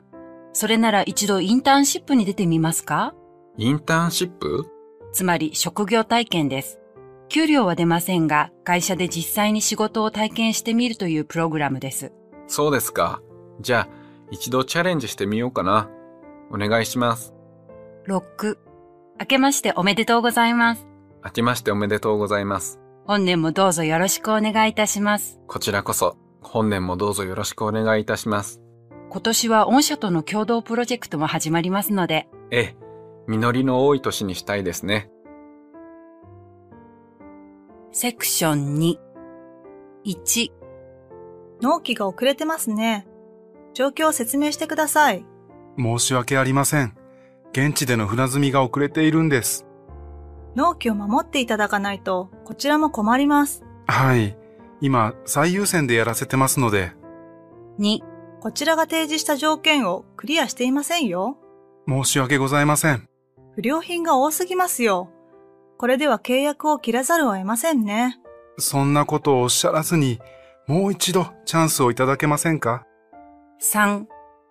それなら一度インターンシップに出てみますか
インターンシップ
つまり職業体験です。給料は出ませんが、会社で実際に仕事を体験してみるというプログラムです。
そうですか。じゃあ、一度チャレンジしてみようかな。お願いします。
6、明けましておめでとうございます。
明けましておめでとうございます。
本年もどうぞよろしくお願いいたします。
こちらこそ、本年もどうぞよろしくお願いいたします。
今年は御社との共同プロジェクトも始まりますので、
ええ、実りの多い年にしたいですね。
セクション2。1、
納期が遅れてますね。状況を説明してください。
申し訳ありません。現地での船積みが遅れているんです。
納期を守っていただかないと、こちらも困ります。
はい。今、最優先でやらせてますので、
2、
こちらが提示した条件をクリアしていませんよ。
申し訳ございません。
不良品が多すぎますよ。これでは契約を切らざるを得ませんね。
そんなことをおっしゃらずに、もう一度チャンスをいただけませんか
3、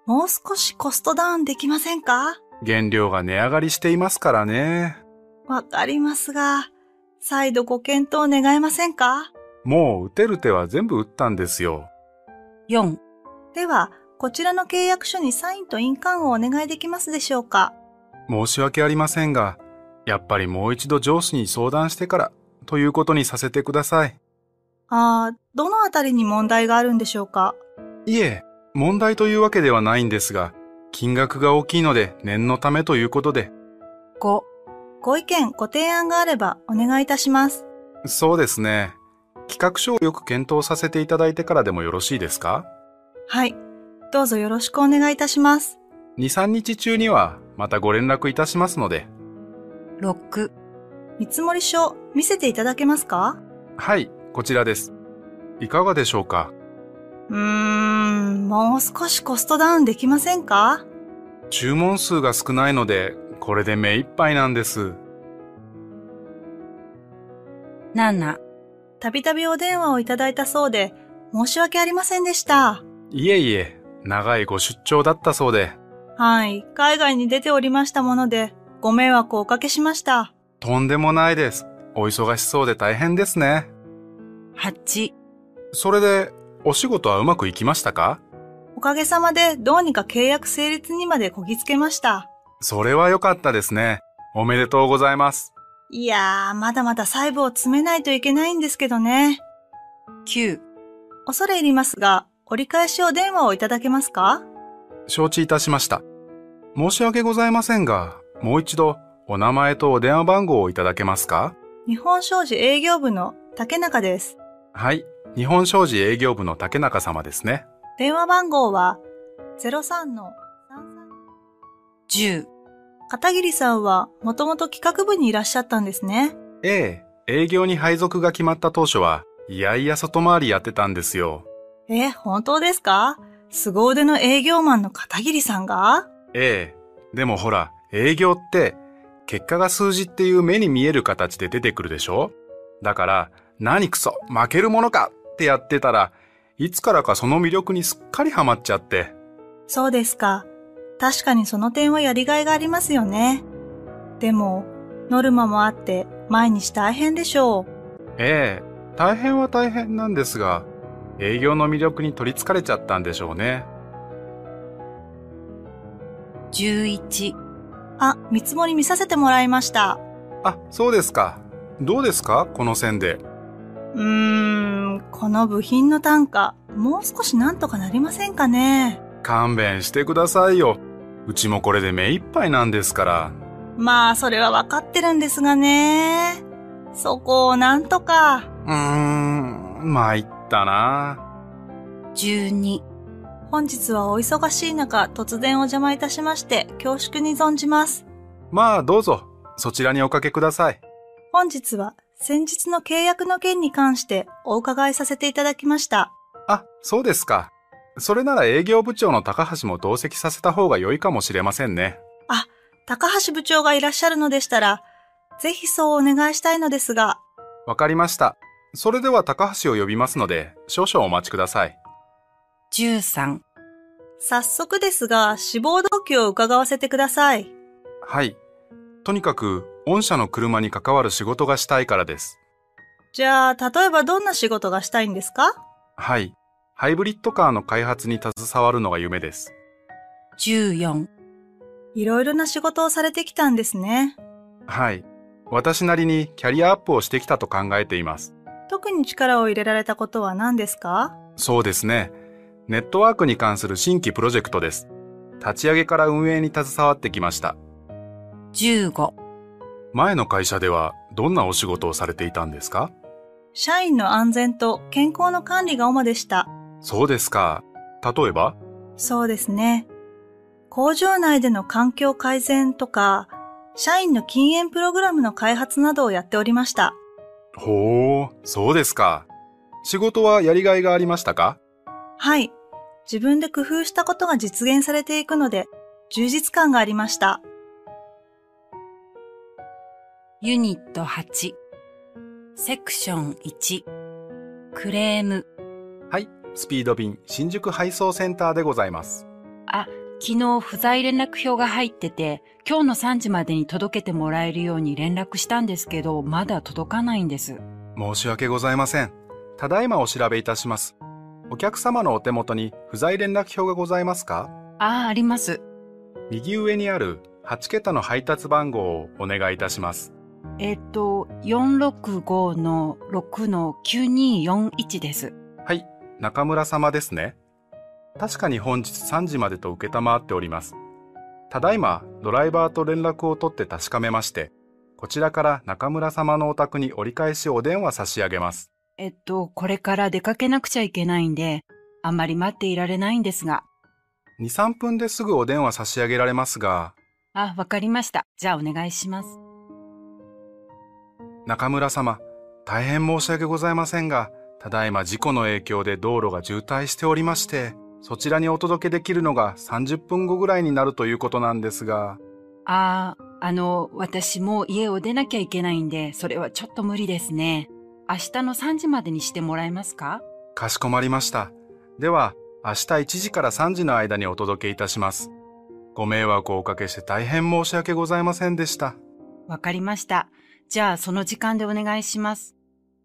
もう少しコストダウンできませんか
原料が値上がりしていますからね。
わかりますが、再度ご検討願えませんか
もう打てる手は全部打ったんですよ。
4、
では、こちらの契約書にサインと印鑑をお願いできますでしょうか
申し訳ありませんが、やっぱりもう一度上司に相談してからということにさせてください。
ああ、どのあたりに問題があるんでしょうか
いえ、問題というわけではないんですが、金額が大きいので念のためということで、
5、
ご意見、ご提案があればお願いいたします。
そうですね。企画書をよく検討させていただいてからでもよろしいですか
はい。どうぞよろしくお願いいたします。
?2、3日中にはまたご連絡いたしますので。
6、
見積書、見せていただけますか
はい、こちらです。いかがでしょうか
うーん、もう少しコストダウンできませんか
注文数が少ないので、これで目いっぱいなんです。
7、
たびたびお電話をいただいたそうで、申し訳ありませんでした。
いえいえ、長いご出張だったそうで、
はい、海外に出ておりましたもので、ご迷惑をおかけしました。
とんでもないです。お忙しそうで大変ですね。
8、
それで、お仕事はうまくいきましたか
おかげさまでどうにか契約成立にまでこぎつけました。
それは良かったですね。おめでとうございます。
いやー、まだまだ細部を詰めないといけないんですけどね。
9、
恐れ入りますが、折り返しお電話をいただけますか
承知いたしました。申し訳ございませんが、もう一度、お名前とお電話番号をいただけますか
日本商事営業部の竹中です。
はい。日本商事営業部の竹中様ですね。
電話番号は03の
10、
33片桐さんはもともと企画部にいらっしゃったんですね。
ええ、営業に配属が決まった当初は、いやいや外回りやってたんですよ。
え、本当ですか凄腕の営業マンの片桐さんが
ええ、でもほら、営業って、結果が数字っていう目に見える形で出てくるでしょだから、何くそ、負けるものかってやってたら、いつからかその魅力にすっかりハマっちゃって。
そうですか。確かにその点はやりがいがありますよね。でも、ノルマもあって毎日大変でしょう。
ええ、大変は大変なんですが、営業の魅力に取りつかれちゃったんでしょうね。
11、
あ、見積もり見させてもらいました。
あ、そうですか。どうですかこの線で。
うーん、この部品の単価、もう少しなんとかなりませんかね。
勘弁してくださいよ。うちもこれで目いっぱいなんですから。
まあ、それはわかってるんですがね。そこをなんとか。
うーん、参ったな。
12、
本日はお忙しい中、突然お邪魔いたしまして、恐縮に存じます。
まあどうぞ、そちらにおかけください。
本日は、先日の契約の件に関してお伺いさせていただきました。
あ、そうですか。それなら営業部長の高橋も同席させた方が良いかもしれませんね。
高橋部長がいらっしゃるのでしたら、ぜひそうお願いしたいのですが、
わかりました。それでは高橋を呼びますので、少々お待ちください。
13、
早速ですが、志望動機を伺わせてください。
はい。とにかく、御社の車に関わる仕事がしたいからです。
じゃあ、例えばどんな仕事がしたいんですか
はい。ハイブリッドカーの開発に携わるのが夢です。
14、
いろいろな仕事をされてきたんですね。
はい。私なりにキャリアアップをしてきたと考えています。
特に力を入れられたことは何ですか
そうですね。ネットワークに関する新規プロジェクトです。立ち上げから運営に携わってきました。
15、
前の会社ではどんなお仕事をされていたんですか
社員の安全と健康の管理が主でした。
そうですか。例えば
そうですね。工場内での環境改善とか、社員の禁煙プログラムの開発などをやっておりました。
ほう、そうですか。仕事はやりがいがありましたか
はい。自分で工夫したことが実現されていくので、充実感がありました。
ユニット8セクション1クレーム
はい、スピード便新宿配送センターでございます。
昨日不在連絡票が入ってて今日の3時までに届けてもらえるように連絡したんですけどまだ届かないんです
申し訳ございません。ただいまお調べいたします。お客様のお手元に不在連絡表がございますか
あああります
右上にある8桁の配達番号をお願いいたします。
えっと465の6の9241です
はい、中村様ですね。確かに本日3時までと承っております。ただいま、ドライバーと連絡を取って確かめまして、こちらから中村様のお宅に折り返しお電話差し上げます。
えっとこれから出かけなくちゃいけないんであんまり待っていられないんですが
2、3分ですぐお電話差し上げられますが、
あわかりましたじゃあお願いします
中村様、大変申し訳ございませんが、ただいま事故の影響で道路が渋滞しておりまして、そちらにお届けできるのが30分後ぐらいになるということなんですが、
ああ、あの、私もう家を出なきゃいけないんで、それはちょっと無理ですね。明日の3時までにしてもらえますか
かしこまりました。では、明日1時から3時の間にお届けいたします。ご迷惑をおかけして大変申し訳ございませんでした。
わかりました。じゃあその時間でお願いします。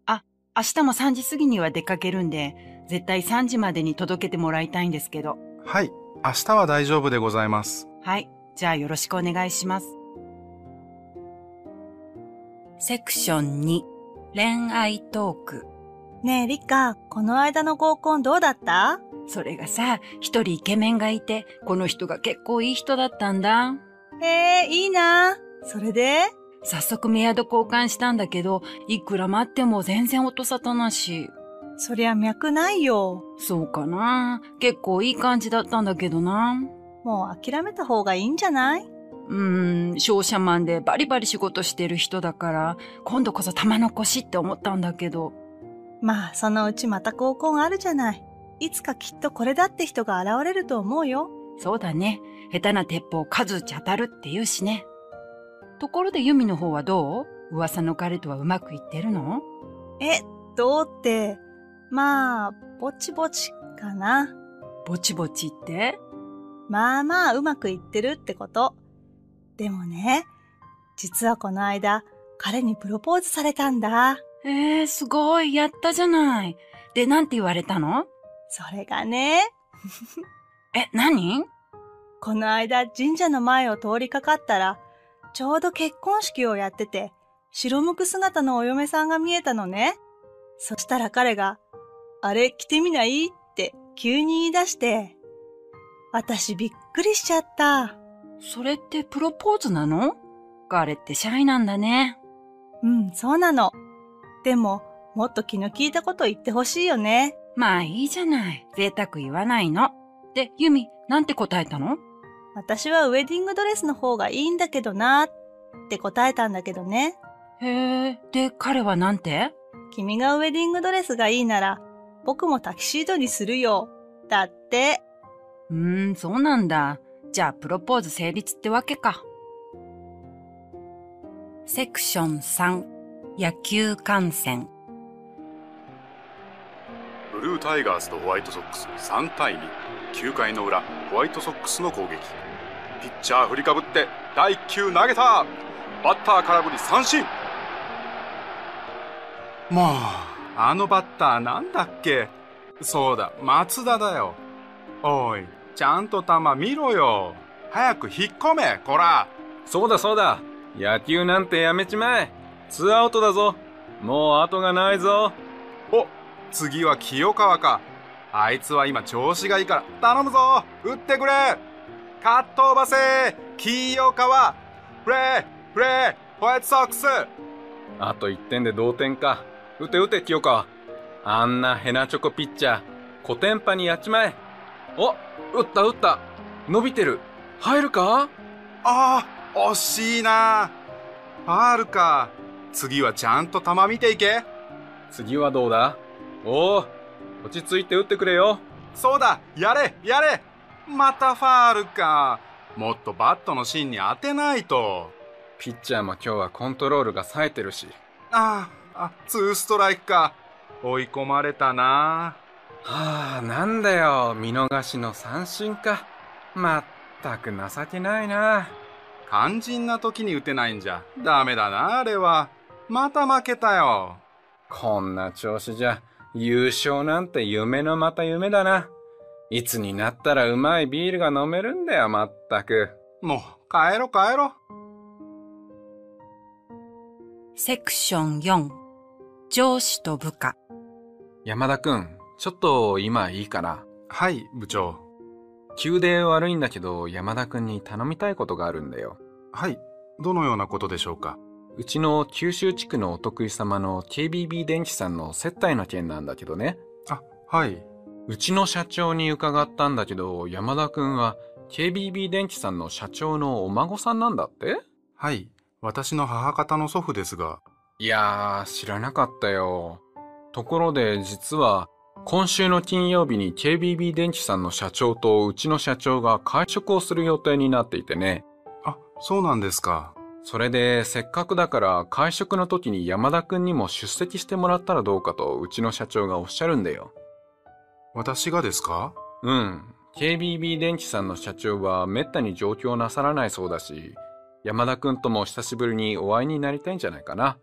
あ、明日も3時過ぎには出かけるんで、絶対3時までに届けてもらいたいんですけど。
はい、明日は大丈夫でございます。
はい、じゃあよろしくお願いします。セクション2、恋愛トーク。
ねえ、リカ、この間の合コンどうだった
それがさ、一人イケメンがいて、この人が結構いい人だったんだ。
へえ、いいな。それで
早速メアド交換したんだけど、いくら待っても全然音沙汰なし。
そりゃ脈ないよ。
そうかな。結構いい感じだったんだけどな。
もう諦めた方がいいんじゃないう
ーん、商社マンでバリバリ仕事してる人だから、今度こそ玉残しって思ったんだけど。
まあ、そのうちまた合コンあるじゃない。いつかきっとこれだって人が現れると思うよ。
そうだね。下手な鉄砲数打ち当たるって言うしね。ところでユミの方はどう噂の彼とはうまくいってるの
え、どうって、まあ、ぼちぼちかな。
ぼちぼちって
まあまあうまくいってるってこと。でもね、実はこの間、彼にプロポーズされたんだ。
えー、すごい。やったじゃない。で、なんて言われたの
それがね、
え、何
この間神社の前を通りかかったら、ちょうど結婚式をやってて、白むく姿のお嫁さんが見えたのね。そしたら彼が、あれ着てみないって急に言い出して、私びっくりしちゃった。
それってプロポーズなの彼ってシャイなんだね。
うん、そうなの。でも、もっと気の利いたこと言ってほしいよね。
まあいいじゃない。贅沢言わないの。で、ユミ、なんて答えたの
私はウェディングドレスの方がいいんだけどなって答えたんだけどね。
へえ、で、彼はなんて
君がウェディングドレスがいいなら、僕もタキシードにするよ。だって、
うーん、そうなんだ。じゃあ、プロポーズ成立ってわけか。セクション3、野球観戦。
ブルータイガースとホワイトソックス3対2。9回の裏、ホワイトソックスの攻撃。ピッチャー振りかぶって、第1球投げたバッター空振り三振もう、あのバッターなんだっけそうだ、松田だよ。おい、ちゃんと球見ろよ。早く引っ込め、こら
そうだそうだ野球なんてやめちまえツーアウトだぞもう後がないぞ
お、次は清川か。あいつは今調子がいいから、頼むぞ打ってくれカット飛ばせ清川プレープレーホワイトソックス
あと1点で同点か打て打て清川あんなヘナチョコピッチャーコテンパにやっちまえお打った打った伸びてる入るか
ああ、惜しいなファールか。次はちゃんと球見ていけ
次はどうだおお落ち着いて打ってくれよ
そうだやれやれまたファールか。もっとバットの芯に当てないと。
ピッチャーも今日はコントロールが冴えてるし
ああ、あ、ツーストライクか。追い込まれたな。
はあなんだよ見逃しの三振かまったく情けないな
肝心な時に打てないんじゃダメだな、あれは。また負けたよ。
こんな調子じゃ優勝なんて夢のまた夢だないつになったらうまいビールが飲めるんだよまったく
もう、帰ろ帰ろ。
セクション4上司と部下
山田くんちょっと今いいかな
はい、部長。
急で悪いんだけど山田くんに頼みたいことがあるんだよ
はい、どのようなことでしょうか。
うちの九州地区のお得意様の KBB 電機さんの接待の件なんだけどね
あ、はい。
うちの社長に伺ったんだけど山田くんは KBB 電機さんの社長のお孫さんなんだって
はい、私の母方の祖父ですが。
いやー知らなかったよところで実は今週の金曜日に KBB 電機さんの社長とうちの社長が会食をする予定になっていてね
あ、そうなんですか。
それでせっかくだから会食の時に山田くんにも出席してもらったらどうかとうちの社長がおっしゃるんだよ
私がですか
うん。KBB 電機さんの社長はめったに上京なさらないそうだし、山田くんとも久しぶりにお会いになりたいんじゃないかな。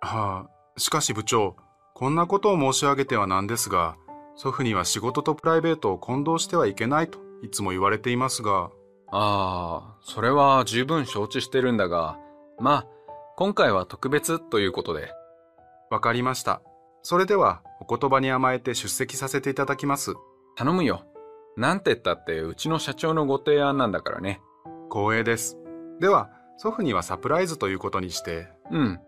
はあ、しかし部長、こんなことを申し上げてはなんですが、祖父には仕事とプライベートを混同してはいけないといつも言われていますが、
ああ、それは十分承知してるんだが、まあ、今回は特別ということで。
わかりました。それでは、お言葉に甘えて出席させていただきます。
頼むよ。なんて言ったってうちの社長のご提案なんだからね。
光栄です。では、祖父にはサプライズということにして、
うん。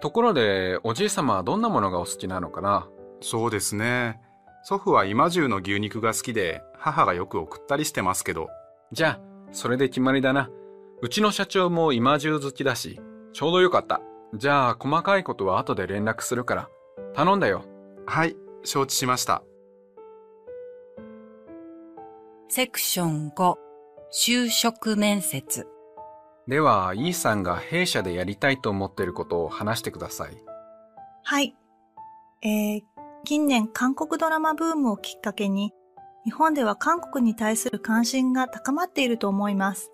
ところで、おじい様はどんなものがお好きなのかな
そうですね。祖父は今中の牛肉が好きで、母がよく送ったりしてますけど、
じゃあ、それで決まりだな。うちの社長も今中好きだし、ちょうどよかった。じゃあ、細かいことは後で連絡するから。頼んだよ。
はい、承知しました。
セクション5就職面接
では、イーさんが弊社でやりたいと思っていることを話してください。
はい。えー、近年韓国ドラマブームをきっかけに、日本では韓国に対する関心が高まっていると思います。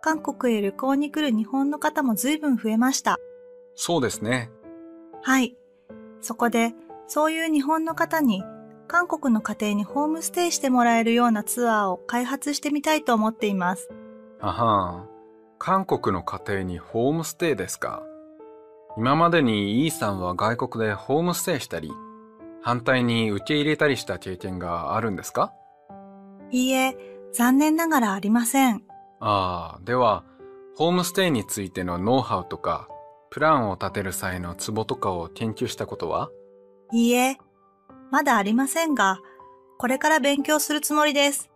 韓国へ旅行に来る日本の方も随分増えました。
そうですね。
はい。そこで、そういう日本の方に、韓国の家庭にホームステイしてもらえるようなツアーを開発してみたいと思っています。
あはん。韓国の家庭にホームステイですか。今までにイーさんは外国でホームステイしたり、反対に受け入れたりした経験があるんですか
いいえ、残念ながらありません。
ああ、では、ホームステイについてのノウハウとか、プランを立てる際のツボとかを研究したことはい
いえ、まだありませんが、これから勉強するつもりです。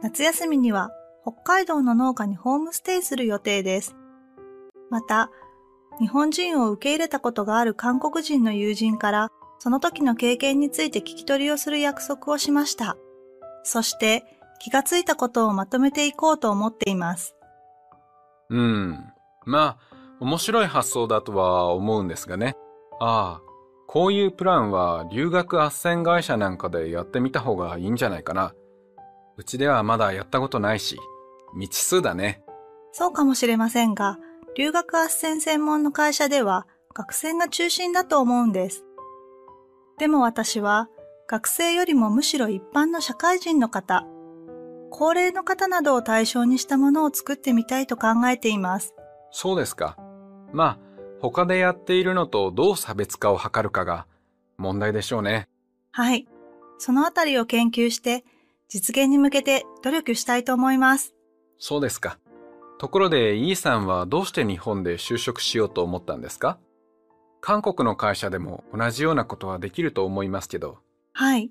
夏休みには北海道の農家にホームステイする予定です。また、日本人を受け入れたことがある韓国人の友人から、その時の経験について聞き取りをする約束をしました。そして、気がついたことをまとめていこうと思っています。
うん。まあ、面白い発想だとは思うんですがね。ああ、こういうプランは留学斡旋会社なんかでやってみた方がいいんじゃないかな。うちではまだやったことないし、未知数だね。
そうかもしれませんが、留学斡旋専門の会社では学生が中心だと思うんです。でも私は学生よりもむしろ一般の社会人の方、高齢の方などを対象にしたものを作ってみたいと考えています。
そうですか。まあ、他でやっているのとどう差別化を図るかが問題でしょうね。
はい。そのあたりを研究して、実現に向けて努力したいと思います。
そうですか。ところで、イーさんはどうして日本で就職しようと思ったんですか韓国の会社でも同じようなことはできると思いますけど。
はい。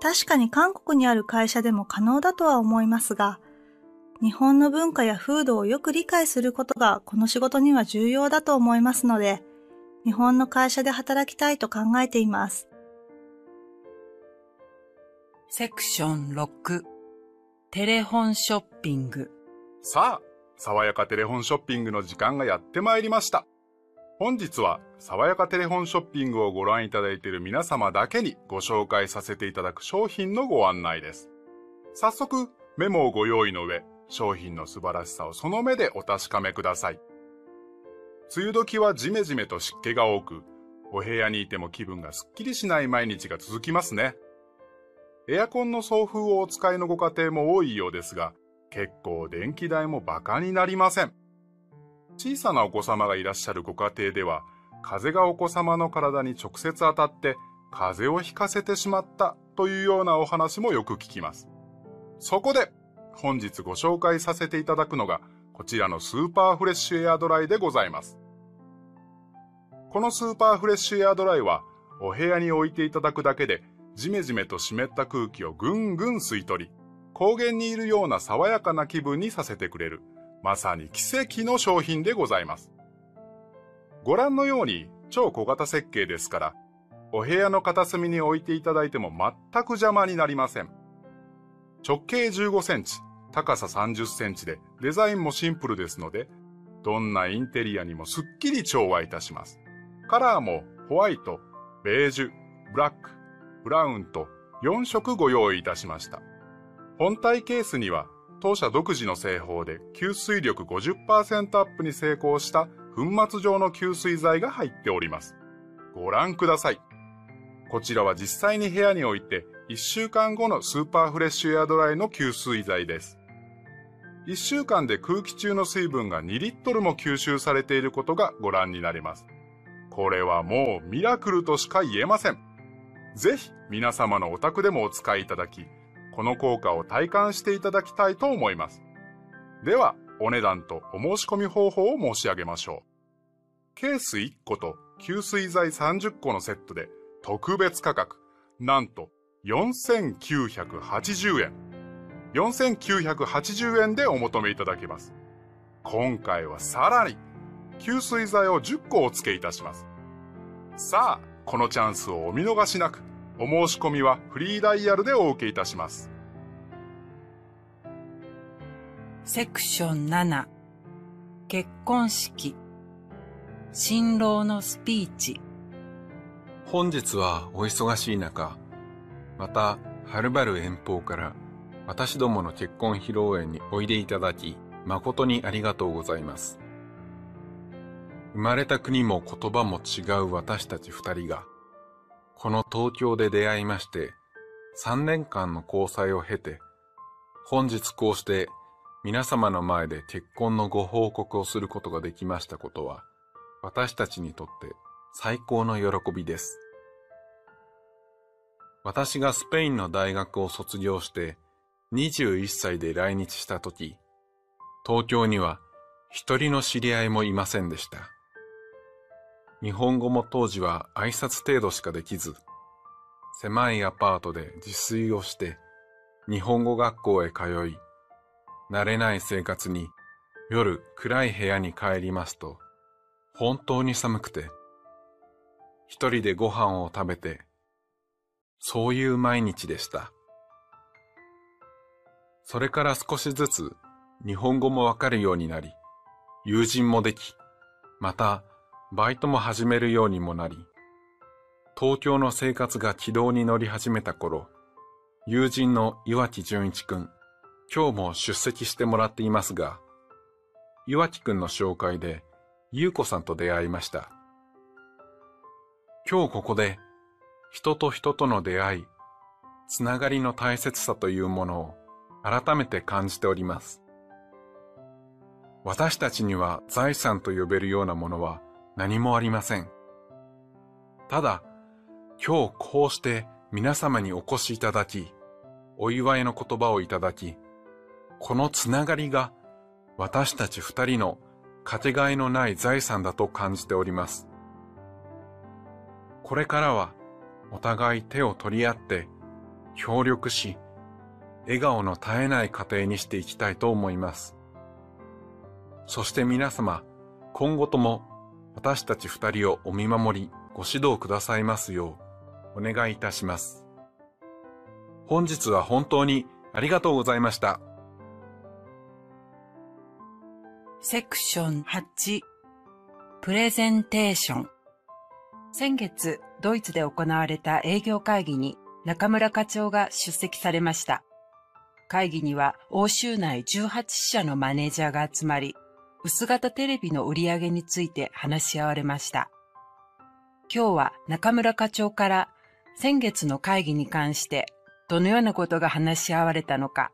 確かに韓国にある会社でも可能だとは思いますが、日本の文化や風土をよく理解することがこの仕事には重要だと思いますので、日本の会社で働きたいと考えています。
セクション6テレホンショッピング
さあ、爽やかテレフォンショッピングの時間がやってまいりました。本日は、爽やかテレフォンショッピングをご覧いただいている皆様だけにご紹介させていただく商品のご案内です。早速、メモをご用意の上、商品の素晴らしさをその目でお確かめください。梅雨時はジメジメと湿気が多く、お部屋にいても気分がすっきりしない毎日が続きますね。エアコンの送風をお使いのご家庭も多いようですが、結構電気代もバカになりません。小さなお子様がいらっしゃるご家庭では、風がお子様の体に直接当たって、風邪をひかせてしまったというようなお話もよく聞きます。そこで、本日ご紹介させていただくのが、こちらのスーパーフレッシュエアドライでございます。このスーパーフレッシュエアドライは、お部屋に置いていただくだけで、ジメジメと湿った空気をぐんぐん吸い取り、高原にいるような爽やかな気分にさせてくれる、まさに奇跡の商品でございます。ご覧のように超小型設計ですから、お部屋の片隅に置いていただいても全く邪魔になりません。直径15センチ、高さ30センチでデザインもシンプルですので、どんなインテリアにもすっきり調和いたします。カラーもホワイト、ベージュ、ブラック、ブラウンと4色ご用意いたしました。本体ケースには当社独自の製法で吸水力50%アップに成功した粉末状の吸水剤が入っております。ご覧ください。こちらは実際に部屋に置いて1週間後のスーパーフレッシュエアドライの吸水剤です。1週間で空気中の水分が2リットルも吸収されていることがご覧になれます。これはもうミラクルとしか言えません。ぜひ皆様のお宅でもお使いいただき、この効果を体感していただきたいと思います。では、お値段とお申し込み方法を申し上げましょう。ケース1個と吸水剤30個のセットで特別価格、なんと4980円。4980円でお求めいただけます。今回はさらに、吸水剤を10個お付けいたします。さあ、このチャンスをお見逃しなく。お申し込みはフリーダイヤルでお受けいたします。
セクション7結婚式新郎のスピーチ
本日はお忙しい中、また、はるばる遠方から、私どもの結婚披露宴においでいただき、誠にありがとうございます。生まれた国も言葉も違う私たち二人が、この東京で出会いまして、三年間の交際を経て、本日こうして皆様の前で結婚のご報告をすることができましたことは、私たちにとって最高の喜びです。私がスペインの大学を卒業して21歳で来日したとき、東京には一人の知り合いもいませんでした。日本語も当時は挨拶程度しかできず、狭いアパートで自炊をして日本語学校へ通い、慣れない生活に夜暗い部屋に帰りますと、本当に寒くて、一人でご飯を食べて、そういう毎日でした。それから少しずつ日本語もわかるようになり、友人もでき、またバイトも始めるようにもなり、東京の生活が軌道に乗り始めた頃、友人の岩木純一くん、今日も出席してもらっていますが、岩木くんの紹介で、ゆうこさんと出会いました。今日ここで、人と人との出会い、つながりの大切さというものを改めて感じております。私たちには財産と呼べるようなものは何もありません。ただ、今日こうして皆様にお越しいただき、お祝いの言葉をいただき、このつながりが私たち二人のかけがえのない財産だと感じております。これからはお互い手を取り合って協力し、笑顔の絶えない家庭にしていきたいと思います。そして皆様、今後とも私たち二人をお見守り、ご指導くださいますようお願いいたします。本日は本当にありがとうございました。
セクション8プレゼンテーション先月ドイツで行われた営業会議に中村課長が出席されました会議には欧州内18社のマネージャーが集まり薄型テレビの売り上げについて話し合われました今日は中村課長から先月の会議に関してどのようなことが話し合われたのか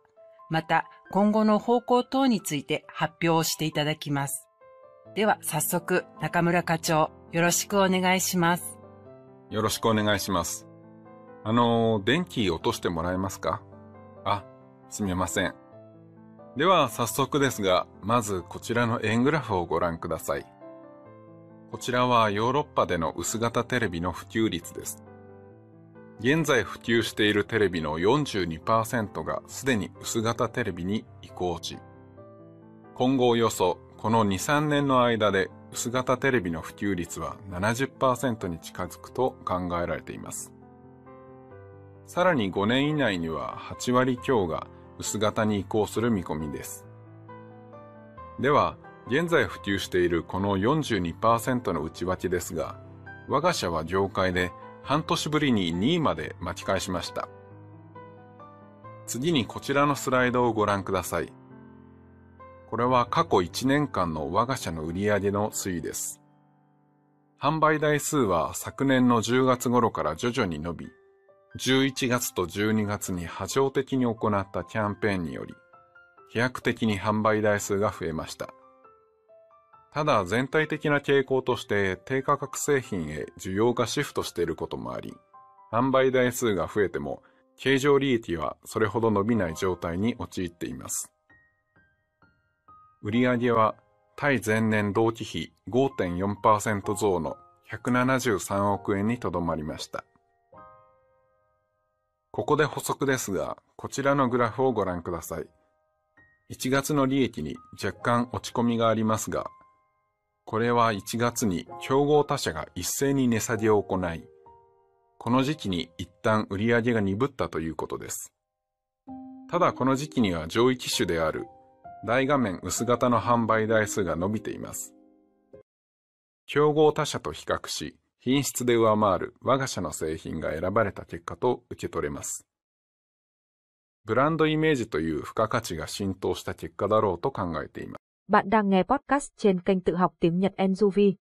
また今後の方向等について発表をしていただきます。では早速中村課長よろしくお願いします。
よろしくお願いします。あの、電気落としてもらえますかあ、すみません。では早速ですが、まずこちらの円グラフをご覧ください。こちらはヨーロッパでの薄型テレビの普及率です。現在普及しているテレビの42%がすでに薄型テレビに移行し、今後およそこの2、3年の間で薄型テレビの普及率は70%に近づくと考えられています。さらに5年以内には8割強が薄型に移行する見込みです。では、現在普及しているこの42%の内訳ですが、我が社は業界で半年ぶりに2位まで巻き返しました。次にこちらのスライドをご覧ください。これは過去1年間の我が社の売上の推移です。販売台数は昨年の10月頃から徐々に伸び、11月と12月に波状的に行ったキャンペーンにより、飛躍的に販売台数が増えました。ただ全体的な傾向として低価格製品へ需要がシフトしていることもあり、販売台数が増えても、経常利益はそれほど伸びない状態に陥っています。売上は対前年同期比5.4%増の173億円にとどまりました。ここで補足ですが、こちらのグラフをご覧ください。1月の利益に若干落ち込みがありますが、これは1月に競合他社が一斉に値下げを行い、この時期に一旦売上が鈍ったということです。ただこの時期には上位機種である大画面薄型の販売台数が伸びています。競合他社と比較し、品質で上回る我が社の製品が選ばれた結果と受け取れます。ブランドイメージという付加価値が浸透した結果だろうと考えています。
Bạn đang nghe podcast trên kênh tự học tiếng Nhật Enjuvi.